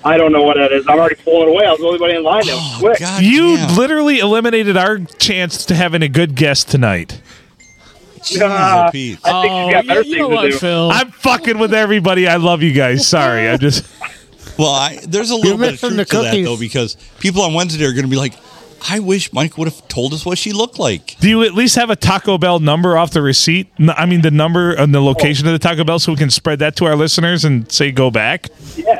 G: I don't know what that is. I'm already pulling away. I was the only one in line that was quick.
B: Oh, God
A: You
B: damn.
A: literally eliminated our chance to having a good guest tonight.
B: Jesus, Pete.
G: I think
D: Oh,
G: she's
D: you,
G: got better
D: you know
G: things to
D: what,
G: do.
D: Phil?
A: I'm fucking with everybody. I love you guys. Sorry, I just
B: Well, I, there's a little bit of
C: missing
B: truth
C: the
B: to that
C: cookies.
B: though, because people on Wednesday are going to be like, "I wish Mike would have told us what she looked like."
A: do. You at least have a Taco Bell number off the receipt. N- I mean, the number and the location of the Taco Bell, so we can spread that to our listeners and say go back.
G: Yeah,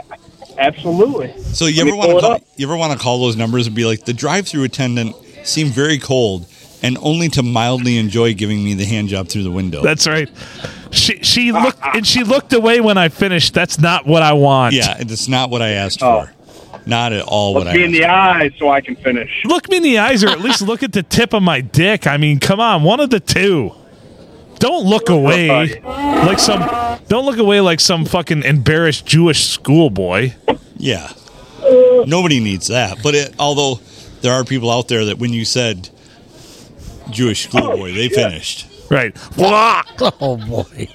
G: absolutely.
B: So you
G: Let me
B: ever want
G: pull
B: to
G: it
B: call,
G: up.
B: you ever want to call those numbers and be like, "The drive-through attendant seemed very cold." And only to mildly enjoy giving me the hand job through the window.
A: That's right. She she
G: Ah,
A: looked and she looked away when I finished. That's not what I want.
B: yeah, and it's not what I asked
G: Oh.
B: for. Not at all what
G: Look
B: I
G: me in
B: asked.
G: the eye so I can finish.
A: Look me in the eyes, or at least look at the tip of my dick. I mean, come on, one of the two. Don't look
G: Oh,
A: away like some. Don't look away like some fucking embarrassed Jewish schoolboy.
B: Yeah. Nobody needs that. But it, although there are people out there that when you said Jewish
G: Oh,
B: schoolboy, they finished.
A: Right. Blah!
C: Oh boy.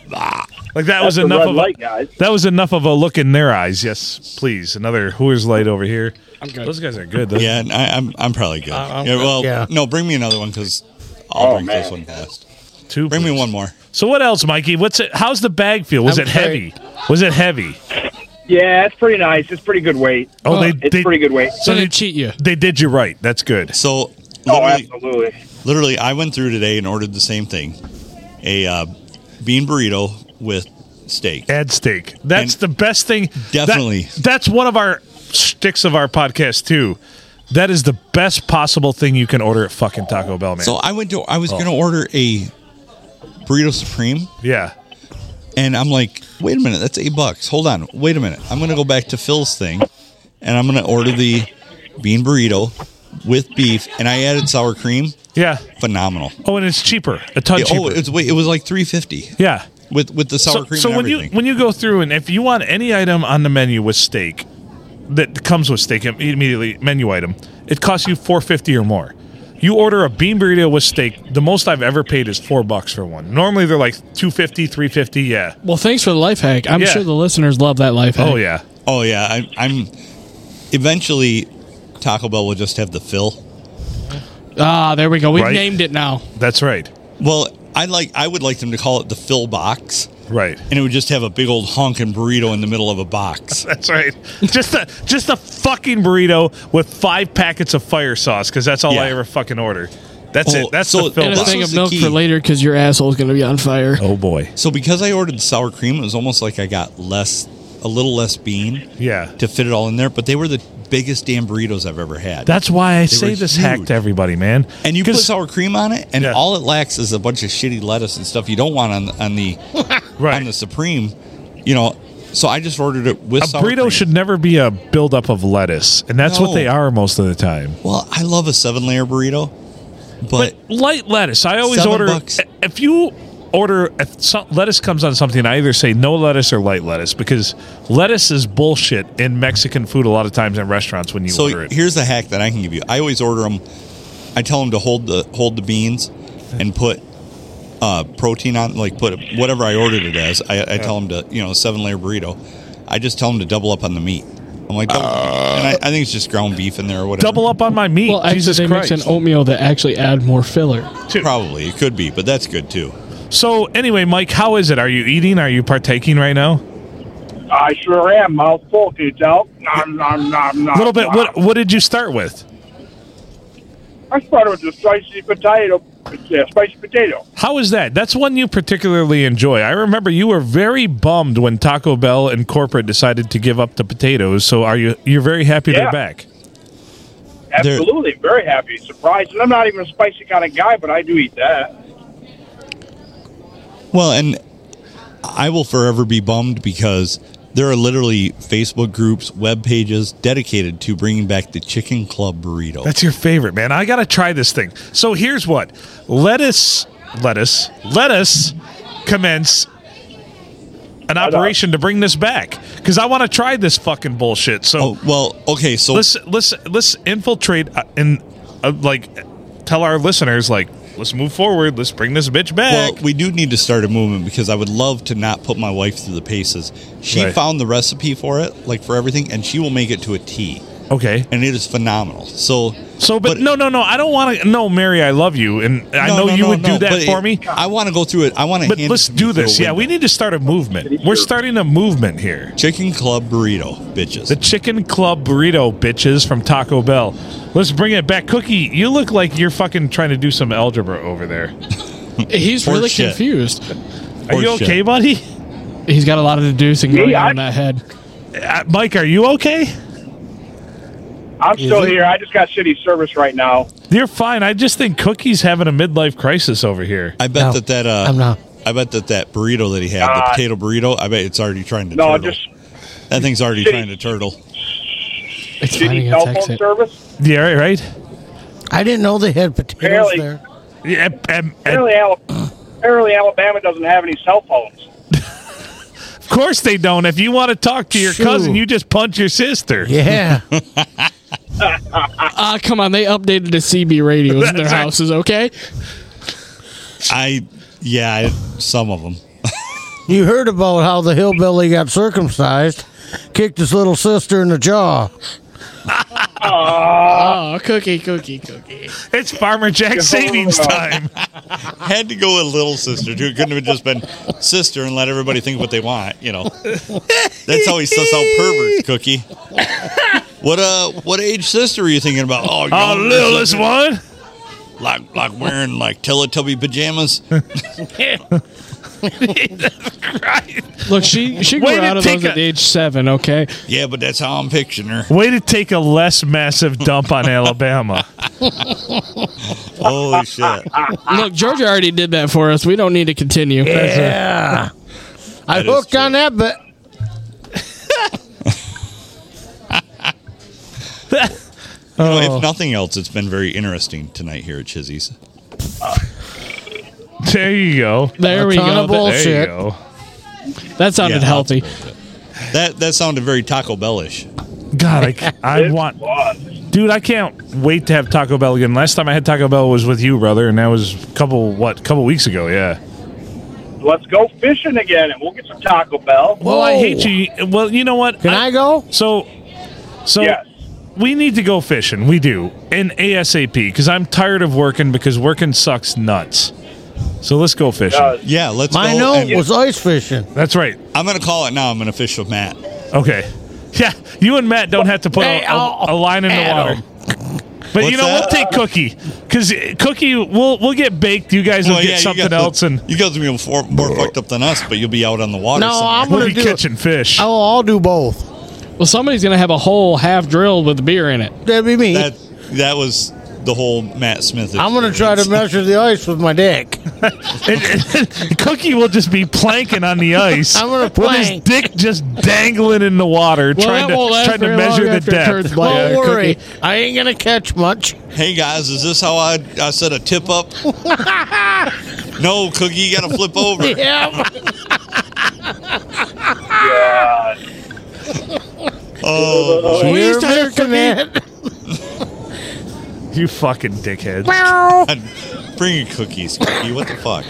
A: Like that was
G: That's a
A: enough
G: red
A: of
G: light,
A: a,
G: guys.
A: that was enough of a look in their eyes. Yes, please. Another Hooters light over here. I'm
D: good.
A: Those guys are good. Though.
B: Yeah, and I, I'm Uh, I'm probably good. yeah, well,
C: yeah.
B: no, bring me another one because I'll
G: Oh,
B: drink this
G: man.
B: one last.
A: Two,
B: Bring me
A: please.
B: one more.
A: So what else, Mikey? What's it? How's the bag feel? Was
C: I'm
A: it
C: sorry.
A: heavy? Was it heavy?
G: Yeah, it's pretty nice. It's pretty good weight.
A: Oh, they
G: It's
A: they,
G: pretty good weight.
D: So
A: they-
D: they cheat you.
A: They did you right. That's good.
B: So
G: Oh,
B: literally,
G: absolutely.
B: literally, I went through today and ordered the same thing: a uh, bean burrito with steak.
A: Ad steak. That's
B: And-
A: the best thing.
B: Definitely.
A: That- that's one of our sticks of our podcast too. That is the best possible thing you can order at fucking Taco Bell, man.
B: So I went to I was
A: Oh.
B: going to order a burrito supreme,
A: yeah.
B: and I'm like, wait a minute, that's eight bucks. Hold on, wait a minute. I'm going to go back to Phil's thing, and I'm going to order the bean burrito with beef, and I added sour cream.
A: Yeah.
B: Phenomenal.
A: Oh, and it's cheaper. A ton
B: Yeah,
A: cheaper.
B: oh, it's, wait, it was like three fifty
A: yeah.
B: with with the sour cream. and
A: when you
B: everything.
A: when you go through and if you want any item on the menu with steak that comes with steak im- immediately menu item, it costs you four fifty or more. You order a bean burrito with steak. The most I've ever paid is four bucks for one. Normally they're like 250, 350, Yeah.
B: Mm-hmm.
D: Well, thanks for the life hack. I'm
A: Yeah.
D: sure the listeners love that life hack.
A: Oh yeah.
B: Oh yeah, I, I'm. Eventually, Taco Bell will just have the fill.
D: Ah, there we go. We've
A: Right.
D: named it now.
A: That's right.
B: Well, I like. I would like them to call it the fill box,
A: Right.
B: and it would just have a big old honkin' burrito in the middle of a box.
A: That's right. Just a just a fucking burrito with five packets of fire sauce because that's all I
B: Yeah.
A: ever fucking order. That's
B: Oh,
A: it. That's
B: so-
A: the fill
D: And a
B: This
A: box.
D: thing
B: was
D: of
B: the
D: milk
B: key.
D: for later because your asshole's going to be on fire.
A: Oh boy.
B: So because I ordered the sour cream, it was almost like I got less, a little less bean
A: Yeah.
B: to fit it all in there. But they were the biggest damn burritos I've ever had.
A: That's why I say
B: were
A: this hack
B: huge.
A: to everybody, man.
B: and you put
A: 'Cause-
B: sour cream on it, and
A: Yeah.
B: all it lacks is a bunch of shitty lettuce and stuff you don't want on on the
A: right.
B: on the supreme. You know, so I just ordered it with
A: a
B: sour
A: burrito
B: cream.
A: should never be a buildup of lettuce, and that's what
B: No.
A: they are most of the time.
B: Well, I love a seven layer burrito, but,
A: light lettuce. I always
B: Seven
A: order.
B: bucks.
A: If you order if so, lettuce comes on something, I either say no lettuce or light lettuce because lettuce is bullshit in Mexican food a lot of times in restaurants when you
B: so
A: order it.
B: here's the hack that I can give you. I always order them. I tell them to hold the hold the beans and put uh, protein on, like put whatever I ordered it as. I, I tell them to you know seven layer burrito. I just tell them to double up on the meat. I'm like, double, and I, I think it's just ground beef in there or whatever.
A: Double up on my meat.
D: Well, actually,
A: Jesus
D: they
A: Christ.
D: mix in oatmeal that actually add more filler.
B: probably it could be, but that's good too.
A: so anyway, Mike, how is it? Are you eating? Are you partaking right now?
G: I sure am. Mouth full, can you tell? Nom, nom, nom, nom,
A: A little bit.
G: nom.
A: What What did you start with?
G: I started with the spicy potato. Yeah, spicy potato.
A: How is that? That's one you particularly enjoy. I remember you were very bummed when Taco Bell and corporate decided to give up the potatoes. So are you? You're very happy they're
G: Yeah.
A: back.
G: Absolutely. Very happy. Surprised. And I'm not even a spicy kind of guy, but I do eat that.
B: Well, and I will forever be bummed because there are literally Facebook groups, web pages dedicated to bringing back the Chicken Club burrito.
A: That's your favorite, man. I gotta try this thing. So here's what: lettuce, lettuce, lettuce, commence an operation to bring this back because I want to try this fucking bullshit. So
B: oh, well, okay, so
A: let's let's let's infiltrate uh, and uh, like tell our listeners like Let's move forward. Let's bring this bitch back.
B: Well, we do need to start a movement because I would love to not put my wife through the paces. She
A: Right.
B: found the recipe for it, like for everything, and she will make it to a T,
A: okay.
B: and it is phenomenal. So,
A: So, but, no, no, no. I don't want to. No, Mary, I love you, and I
B: no,
A: know
B: no,
A: you
B: no,
A: would
B: no,
A: do that
B: but
A: for
B: it-
A: me.
B: I want to go through it. I want to.
A: But let's do this. Yeah, we need to start a movement. We're starting a movement here.
B: chicken club burrito, bitches.
A: The Chicken Club Burrito bitches from Taco Bell. Let's bring it back. Cookie, you look like you're fucking trying to do some algebra over there.
D: He's
B: Or
D: really
B: shit.
D: confused.
A: Are you
B: shit.
A: okay, buddy?
D: He's got a lot of deducing going
G: I-
D: on in that head.
A: Uh, Mike, are you okay?
G: I'm still
D: it?
G: here. I just got shitty service right now.
A: You're fine. I just think Cookie's having a midlife crisis over here.
B: I bet
C: No,
B: that that uh,
C: I'm not.
B: I bet that that burrito that he had, the
G: God.
B: potato burrito. I bet it's already trying to.
G: No,
B: turtle.
G: just
B: that thing's already
G: shitty-
B: trying to turtle.
D: It's finding
G: shitty
D: its
G: telephone
D: exit.
G: service.
A: Yeah, right, right?
C: I didn't know they had potatoes
G: Apparently-
C: there.
A: Yeah, and- and- and
G: Apparently, Al- apparently Alabama doesn't have any cell phones.
A: of course they don't. If you want to talk to your
C: Shoo.
A: cousin, you just punch your sister.
C: Yeah.
D: Ah, come on. They updated the CB radios in their
A: That's right.
D: houses, okay?
B: I yeah, I, some of them.
C: you heard about how the hillbilly got circumcised, kicked his little sister in the jaw.
D: Oh, cookie, cookie, cookie.
A: It's Farmer Jack savings time.
B: Had to go with little sister too. It couldn't have just been sister and let everybody think what they want. You know, that's how he suss out perverts. Cookie. What uh, what age sister are you thinking about? Oh, you
A: Oh,
B: know,
A: littlest
B: like-
A: one.
B: like like wearing like Teletubby pajamas.
D: Look, she she grew
A: Way to
D: out of
A: take
D: those
A: a-
D: at age seven, okay?
B: yeah, but that's how I'm picturing her.
A: Way to take a less massive dump on Alabama.
B: Holy shit!
D: Look, Georgia already did that for us. We don't need to continue.
C: Yeah. I
B: That is
C: hooked
B: true.
C: on that, but
B: You know, if nothing else, it's been very interesting tonight here at Chizzy's.
A: There you go.
D: There we
C: ton
D: go.
C: of
D: That,
A: There you
C: Shit.
A: go.
D: that sounded
B: Yeah.
D: healthy.
B: That that sounded very Taco Bellish.
A: God, I, c- I want, dude, I can't wait to have Taco Bell again. Last time I had Taco Bell was with you, brother, and that was a couple what, couple weeks ago, yeah.
G: Let's go fishing again, and we'll get some Taco Bell.
A: Well, I
C: Whoa.
A: hate you. Well, you know what?
C: Can I go?
A: So, so
G: Yes.
A: we need to go fishing. We do, and ASAP, because I'm tired of working because working sucks nuts. So let's go fishing.
G: Uh,
B: Yeah, let's
C: my
B: go.
C: note
B: and-
C: was ice fishing.
A: That's right.
B: I'm gonna call it now. I'm an official Matt.
A: Okay. Yeah, you and Matt don't have to put a,
C: Hey,
A: a, a
C: oh,
A: line in the water.
C: Adam.
A: But you
B: What's
A: know
B: that?
A: we'll take Cookie because Cookie we'll we'll get baked. You guys will
B: Well,
A: get
B: yeah, you
A: something
B: guys will-
A: else, and
B: you guys will be more, more fucked up than us, but you'll be out on the water.
C: No,
B: somewhere.
C: I'm
A: we'll
C: gonna
A: be
C: do.
A: catching fish.
C: I'll, I'll do both.
D: Well, somebody's gonna have a whole half drilled with beer in it.
C: That'd be me.
B: that that was the whole Matt Smith.
C: I'm gonna try to
B: experience.
C: measure the ice with my dick.
A: Cookie will just be planking on the ice.
C: I'm gonna
A: with his
C: plank.
A: dick just dangling in the water,
D: Well,
A: trying
D: that won't
A: to
D: last
A: trying to
D: very long
A: measure the
D: after it turns
A: depth.
D: black.
C: Don't
D: Yeah,
C: worry,
D: cookie.
C: I ain't gonna catch much.
B: Hey guys, is this how I I set a tip up? no, Cookie, you gotta flip over.
C: Yeah,
G: Uh,
B: Oh,
C: you're missing it.
A: You fucking dickhead.
B: God. bringing cookies, Cookie. What the fuck?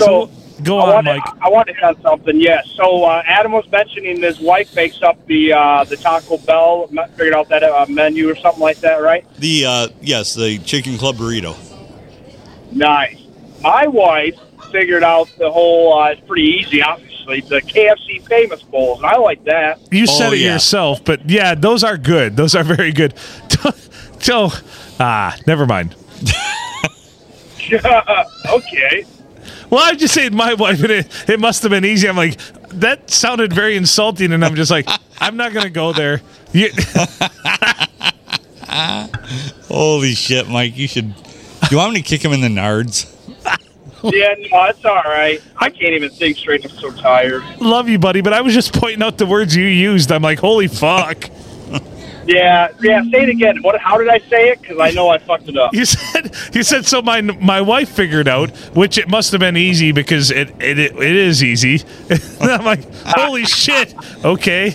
G: so
A: Go
G: I
A: on,
G: want, to,
A: Mike.
G: I want to hit on something. Yes. So uh, Adam was mentioning his wife makes up the uh, the Taco Bell. I Figured out that uh, menu or something like that, right?
B: The uh, yes, the chicken club burrito.
G: Nice. My wife figured out the whole. Uh, it's pretty easy, obviously. The KFC famous bowls. I like that.
A: You
B: Oh,
A: said it
B: yeah.
A: yourself, but yeah, those are good. Those are very good. so, ah, never mind.
G: okay.
A: Well, I'm just saying, my wife, and it, it must have been easy. I'm like, that sounded very insulting, and I'm just like, I'm not gonna go there. You,
B: Holy shit, Mike! You should. Do you want me to kick him in the nards?
G: Yeah, no, it's all right. I can't even think straight. I'm so tired.
A: love you, buddy, but I was just pointing out the words you used. I'm like, holy fuck!
G: Yeah, yeah. Say it again. What? How did I say it? Because I know I fucked it up.
A: You said, you said. So my my wife figured out, which it must have been easy because it it it, it is easy. And I'm like, holy shit! Okay,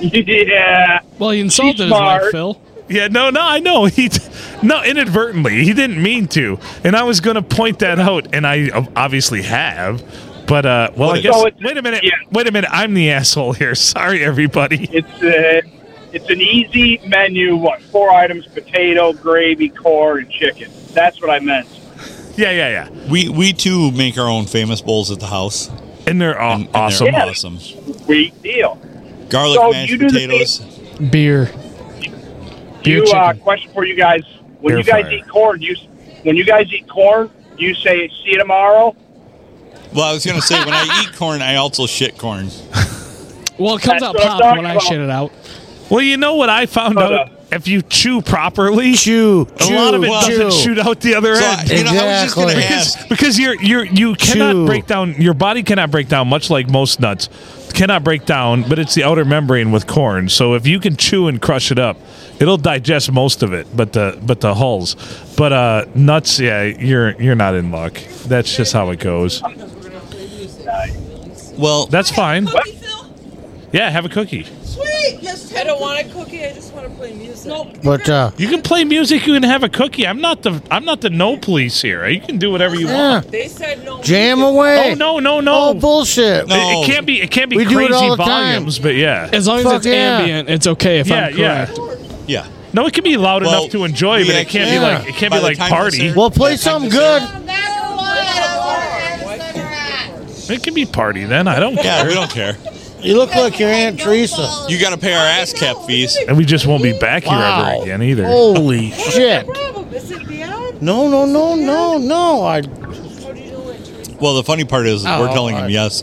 G: yeah.
D: Well, he insulted his
G: smart.
D: wife, Phil.
A: Yeah, no, no, I know. He, t- no, inadvertently, he didn't mean to, and I was going to point that out, and I ob- obviously have. But uh, well, I
B: is-
A: guess.
G: So it's-
A: wait a minute.
G: yeah.
A: Wait a minute. I'm the asshole here. Sorry, everybody.
G: It's a, it's an easy menu. What four items? Potato, gravy, corn, and chicken. That's what I meant.
A: Yeah, yeah, yeah.
B: We we too make our own famous bowls at the house. and-
A: And they're aw-
B: and they're
A: awesome.
G: Yeah.
B: awesome.
G: Sweet deal.
B: Garlic
G: So
B: mashed
G: you do the same-
B: potatoes.
D: Beer. Beer
G: you uh,
D: chicken.
G: question for you guys: When
A: Air
G: you guys
A: fryer.
G: eat corn, you s- when you guys eat corn, you say "see you tomorrow."
B: Well, I was gonna say when I eat corn, I also shit corn.
D: Well, it comes
G: That's
D: out
G: what I'm
D: pop when
G: talking
D: I
G: about.
D: shit it out.
A: Well, you know what I found
G: Hold
A: out? If you chew properly,
C: Chew.
A: a lot of it doesn't shoot out the other
B: So I,
A: end.
B: you know, I was just gonna
C: Exactly.
B: ask.
A: because because you're you're you cannot
C: Chew.
A: break down your body cannot break down much like most nuts cannot break down but it's the outer membrane with corn so if you can chew and crush it up it'll digest most of it but the but the hulls but uh nuts yeah you're you're not in luck that's just how it goes
B: Well,
A: that's fine
I: Cookie, Phil?
A: yeah have a cookie
I: Sweet. Yes, I don't want a cookie. I just want to play music. Nope.
C: But uh,
A: you can play music you can have a cookie i'm not the i'm not the no police here you can do whatever you
C: yeah,
A: want
I: They said no.
C: jam
I: music.
C: away.
A: oh no no
C: All
A: no
C: bullshit.
A: It-
B: No.
A: it, can't be it can't be
C: We do
A: crazy
C: it all the time.
A: volumes but yeah
D: As long as
C: Fuck
D: it's
C: yeah.
D: ambient, it's okay if
A: yeah
D: I'm
A: yeah
D: correct.
B: yeah.
A: No, it can be loud
B: Well,
A: enough to enjoy,
B: we
A: but it can't
B: actually-
A: be like it can't
B: By
A: be
B: the
A: like
B: time this
A: party.
B: airs-
C: Well, play something good.
A: It can be party then. I don't care.
B: Yeah, we don't care.
C: You look like your Aunt Teresa.
B: You got to pay our ass cap fees.
A: And we just won't be back here
C: Wow.
A: ever again either.
B: Oh.
C: Holy shit.
I: Problem is it beyond?
C: No, no, no, no, no. I,
I: What are you doing? Teresa?
B: Well, the funny part is
C: Oh,
B: we're telling them
C: I-
B: yes,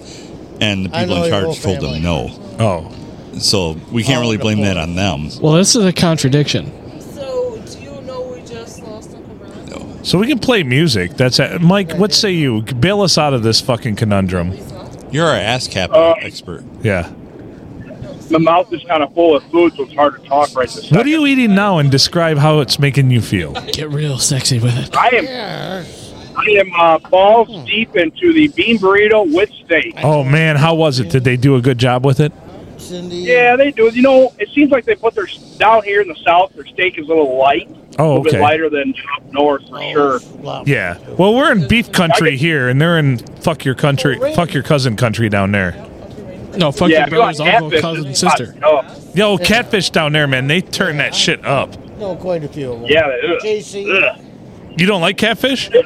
B: and the
C: I
B: people
C: know
B: in
C: your
B: charge
C: whole
B: told them no.
C: family.
A: Oh,
B: So we can't
C: Oh,
B: really
C: the
B: blame
C: boy.
B: that on them.
D: Well, this is a contradiction.
I: So, do you know we just lost Uncle Ron? No.
A: so we can play music. That's it. Mike. What say you? Bail us out of this fucking conundrum.
B: You're our ass cap
G: Uh,
B: expert.
A: Yeah.
G: My mouth is kind of full of food, so it's hard to talk right this second.
A: What are you eating now? And describe how it's making you feel.
D: Get real sexy with it.
G: I am I am uh,
A: Hmm.
G: balls deep into the bean burrito with steak.
A: Oh man, how was it? Did they do a good job with it?
C: Cindy.
G: Yeah, they do. You know, it seems like they put their down here in the south. Their steak is a little light, a
A: Oh,
G: little bit
A: okay.
G: lighter than up north
B: Oh.
G: for sure.
A: Yeah. Well, we're in beef country here, and they're in fuck your country, fuck your cousin country down there.
D: No, fuck
G: yeah,
D: your
G: if you like
D: brother's uncle,
G: catfish, Oh,
D: cousin,
G: it's hot
D: sister.
G: stuff.
A: Yo, catfish down there, man. They turn that shit up.
C: No, quite a few of them.
G: Yeah, ugh,
C: JC,
G: ugh.
A: You don't like catfish?
G: fuck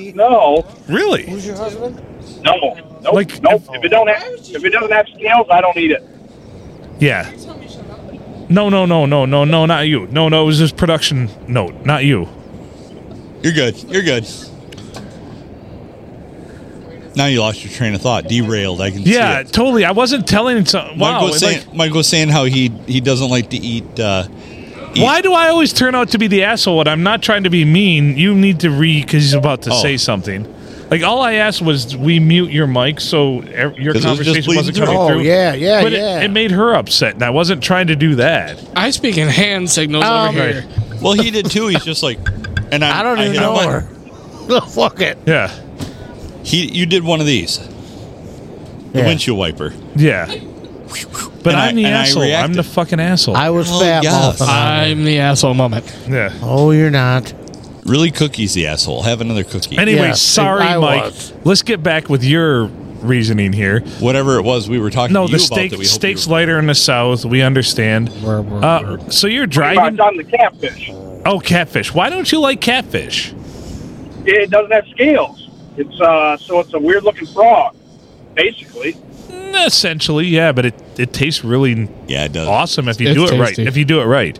C: Nikki.
G: no,
A: Really?
C: Who's your husband?
G: no, no,
A: Like-
G: no. If it don't have, if it doesn't have scales, I don't eat it.
A: Yeah. No, no, no, no, no, no, not you. No, no, it was just production note, not you.
B: You're good. You're good. Now you lost your train of thought. Derailed. I can
A: Yeah,
B: see it.
A: totally. I wasn't telling something. Wow.
B: Mike was
A: it's
B: saying, Mike was saying how he he doesn't like to eat. Uh,
A: like, why do I always turn out to be the asshole? And I'm not trying to be mean. You need to read because he's about to
B: Oh.
A: say something. Like all I asked was we mute your mic so er- your
B: 'Cause it was just
A: conversation
B: bleeding
A: wasn't coming
C: through. Oh,
A: through.
C: yeah, yeah,
A: but it-
C: yeah.
A: It, made her upset, and I wasn't trying to do that.
D: I speak in hand signals
C: Um,
D: over here.
B: well, he did too. He's just like, and I,
C: I don't even
B: hit
C: know
B: one.
C: her. No, fuck it.
A: Yeah,
B: He you did one of these. The
C: Yeah.
B: windshield wiper.
A: yeah. But
B: And I-
A: I'm the
B: and I
A: asshole. I'm
B: reacted.
A: the fucking asshole.
C: I was fat
B: yes.
C: mouthing.
D: I'm the asshole moment.
A: yeah.
C: Oh, you're not.
B: Really, cookies the asshole. Have another cookie.
A: Anyway,
C: Yes,
A: sorry,
C: I
A: Mike.
C: was.
A: Let's get back with your reasoning here.
B: Whatever it was we were talking
A: No,
B: to you
A: the
B: about
A: steak
B: that we hope
A: steak's
B: you were-
A: lighter in the south. We understand. Uh, so you're driving.
G: It's on the catfish.
A: Oh, catfish. Why don't you like catfish?
G: It doesn't have scales. It's uh, so it's a weird looking frog, basically.
A: Mm, Essentially, yeah, but it, it tastes really
B: Yeah, it does.
A: awesome if you
D: It's
A: do it right.
D: tasty.
A: If you do it right.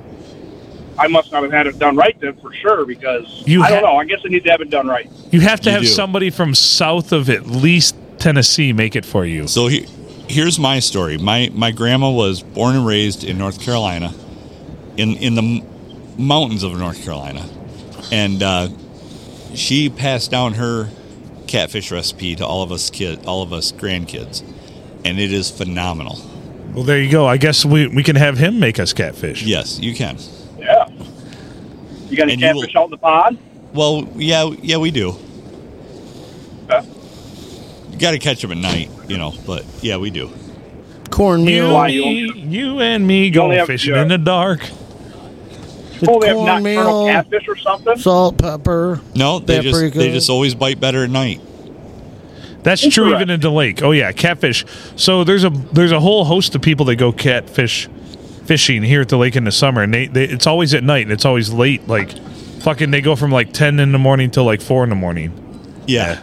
G: I must not have had it done right then for sure because
A: You
G: I don't
A: ha-
G: know. I guess I need to have it done right.
A: You have to
B: You
A: have
B: do.
A: somebody from south of at least Tennessee make it for you.
B: So he, here's my story. My my grandma was born and raised in North Carolina, in in the m- mountains of North Carolina, and uh, she passed down her catfish recipe to all of us kid, all of us grandkids, and it is phenomenal.
A: Well, there you go. I guess we, we can have him make us catfish.
B: Yes, you can.
G: Yeah. You got any
B: And you
G: catfish
B: will-
G: out in the pond?
B: Well, yeah, yeah, we do.
G: Huh?
B: You got to catch them at night, you know. But yeah, we do.
A: You,
C: Cornmeal.
G: Why,
A: me-
G: you
A: you and me
G: only
A: going
G: have-
A: fishing
G: yeah.
A: in the dark.
C: With
G: Oh, they have nocturnal
C: cornmeal,
G: catfish or something.
C: salt, pepper.
B: No, they just they
C: paprika.
B: just always bite better at night.
A: That's true
G: Correct.
A: even in the lake. Oh yeah, catfish. So there's a there's a whole host of people that go catfish fishing here at the lake in the summer, and they, they it's always at night and it's always late. Like fucking, they go from like ten in the morning till like four in the morning,
B: Yeah,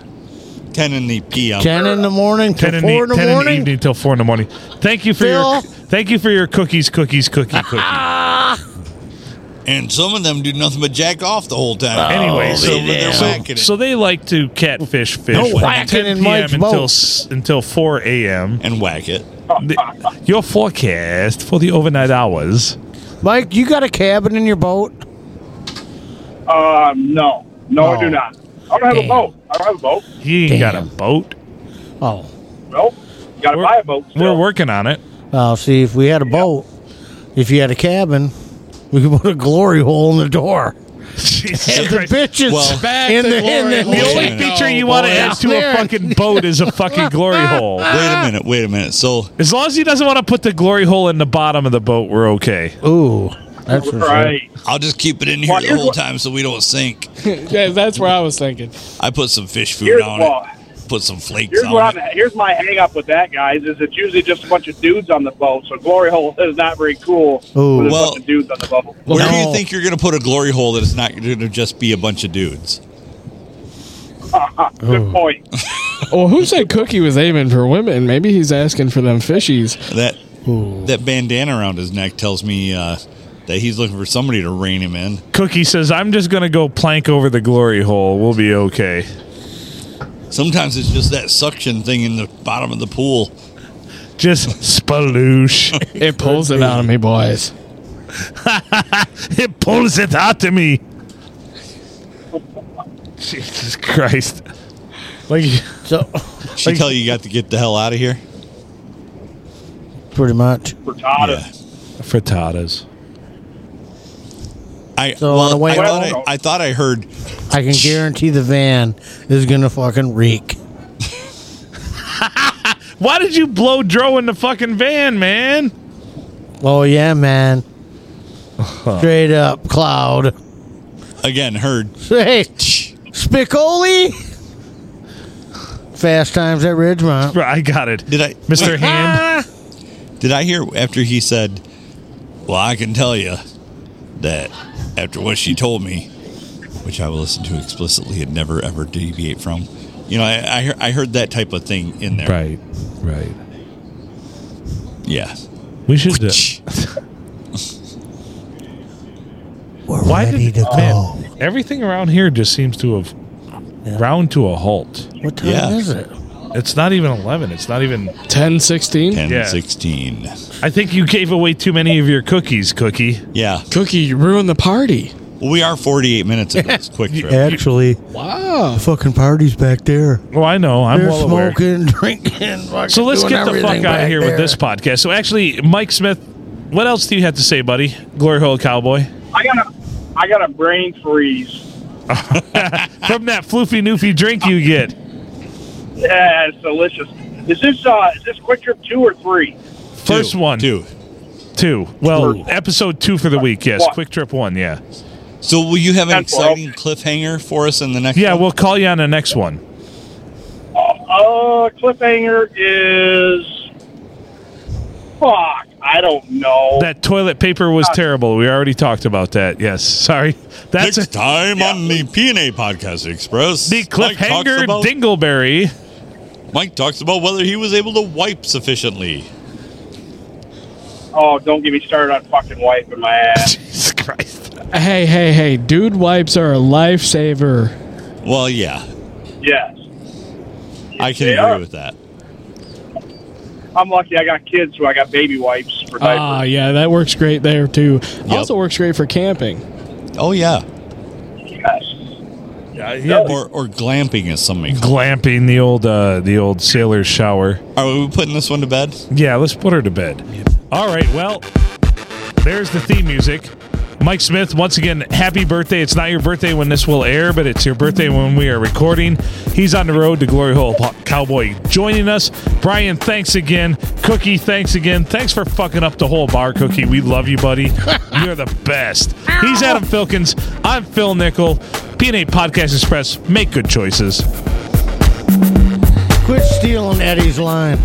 B: ten in the p.m.
C: ten in the morning
A: ten
C: to
A: in
C: four
A: the,
C: in the
A: 10 in the
C: morning.
A: evening till four in the morning. Thank you for your
C: Phil?
A: thank you for your cookies, cookies, cookie,
C: Oh,
A: cookie.
B: and some of them do nothing but jack off the whole time.
G: Oh,
A: Anyway, so-
B: They're- they're whacking it.
A: So they like to catfish fish
C: No
A: from
C: whacking
A: ten
C: in
A: p.m.
C: Mike's
A: until
C: boat.
A: s- until four a.m.
B: and whack it.
A: The- Your forecast for the overnight hours.
C: Mike, you got a cabin in your boat?
G: Um, no, no, I do not. I don't have
C: Damn.
G: a boat. I don't have a boat.
A: He ain't got a
C: Damn.
A: boat.
C: Oh,
G: Nope. Got to
A: We're-
G: buy a boat.
A: We're
G: still.
A: working on it.
C: oh. See, if we had a boat, if you had a cabin, we could put a glory hole in the door.
A: Jesus
C: And the
A: Christ.
C: bitches
B: Well-
D: Back
C: in
D: to
C: the in
D: glory
C: the,
A: The
B: Wait
A: only
B: a minute.
A: feature you want to
C: boy,
A: add
C: out
A: to a
C: there.
A: fucking boat is a fucking glory hole.
B: Wait a minute. Wait a minute. So
A: As long as he doesn't want to put the glory hole in the bottom of the boat, we're okay.
C: Ooh, that's for sure.
G: Right.
B: I'll just keep it in here
G: Well,
B: the
G: here's
B: whole
G: what-
B: time so we don't sink.
D: yeah, that's where I was thinking.
B: I put some fish food
G: Here's
B: on
G: what-
B: it. Put some flakes
G: Here's
B: on
G: what
B: it.
G: I'm. Here's my hang up with that, guys. Is it's usually just a bunch of dudes on the boat, so glory hole is not very cool.
C: Ooh.
G: with a
B: Well-
G: bunch of dudes on the boat.
B: Where do
C: No.
B: you think you're going to put a glory hole that it's not going to just be a bunch of dudes?
G: Good point.
D: Well, who said Cookie was aiming for women? Maybe he's asking for them fishies.
B: That that bandana around his neck tells me uh, that he's looking for somebody to rein him in.
A: Cookie says, I'm just going to go plank over the glory hole. We'll be okay.
B: Sometimes it's just that suction thing in the bottom of the pool.
A: Just spaloosh.
D: It pulls it out of me, boys.
A: it pulls it out of me. Jesus Christ. Like,
C: So,
B: She tell you you got to get the hell out of here.
C: pretty much.
G: Frittata.
B: Yeah.
A: frittatas.
B: I,
C: So on
B: well,
C: the way
B: I, thought
G: home-
B: I, I thought I heard
C: I can guarantee the van is gonna fucking reek.
A: Why did you blow Dro in the fucking van, man?
C: Oh yeah, man. Straight up cloud.
B: again. Heard
C: Hey, Spicoli. Fast times at Ridgemont.
A: Bro, I got it.
B: did I
A: Mr. Hand.
C: Ah,
B: Did I hear after he said, Well, I can tell you that after what she told me, which I will listen to explicitly and never ever deviate from, you know, I, I, hear- I heard that type of thing in there.
A: Right, right.
B: Yeah.
A: We should. uh,
C: We're
A: Why
C: ready
A: did
C: to go.
A: man, everything around here just seems to have ground to a halt?
C: What time
B: Yeah.
C: is it?
A: It's not even eleven. It's not even.
D: 10, 16?
B: 10,
A: Yeah.
B: 16.
A: I think you gave away too many of your cookies, Cookie.
B: Yeah.
D: Cookie, you ruined the party.
B: Well, we are 48 minutes into this quick trip.
C: Actually,
D: Wow.
C: fucking party's back there.
A: Oh, I know. I'm
C: They're
A: well aware.
C: smoking, drinking. fucking
A: So let's
C: doing
A: get the fuck
C: everything
A: out of
C: back
A: here with
C: there.
A: this podcast. So actually, Mike Smith, what else do you have to say, buddy? Glory hole cowboy
G: I got a. I got a brain freeze.
A: from that floofy noofy drink you get.
G: Yeah, it's delicious. Is this uh is this quick trip two or three?
B: Two,
A: First one,
B: Two.
A: two. Well, episode two for the week. Yes,
G: One.
A: quick trip one. Yeah,
B: So, will you have an
G: That's all.
B: exciting cliffhanger for us in the next
A: yeah.
B: one?
A: We'll call you on the next one.
G: Uh, cliffhanger is. Fuck, I don't know.
A: That toilet paper was terrible. We already talked about that. Yes. Sorry. That's
B: next
A: a,
B: time on the PNA Podcast Express.
A: the
B: Mike talks,
A: cliffhanger
B: about,
A: dingleberry.
B: Mike talks about whether he was able to wipe sufficiently.
G: oh, don't get me started on fucking wiping my ass.
A: Jesus Christ.
D: Hey, hey, hey. Dude wipes are a lifesaver.
B: Well, yeah.
G: Yes,
B: I can agree
G: They are.
B: with that.
G: I'm lucky. I got kids, so I got baby wipes for diapers.
D: Ah, yeah, that works great there too. Also works great for camping.
B: Oh yeah,
G: yes.
B: or or glamping as some may call.
A: Glamping the old uh, the old sailor shower.
B: it. Are we putting this one to bed?
A: Yeah, let's put her to bed. All right. Well, there's the theme music. Mike Smith, once again, happy birthday. It's not your birthday when this will air, but it's your birthday when we are recording. He's on the road to Glory Hole Po- Cowboy joining us. Brian, thanks again. Cookie, thanks again. Thanks for fucking up the whole bar, Cookie. We love you, buddy. You're the best. He's Adam Filkins. I'm Phil Nickel. PNA Podcast Express. Make good choices.
C: Quit stealing Eddie's line.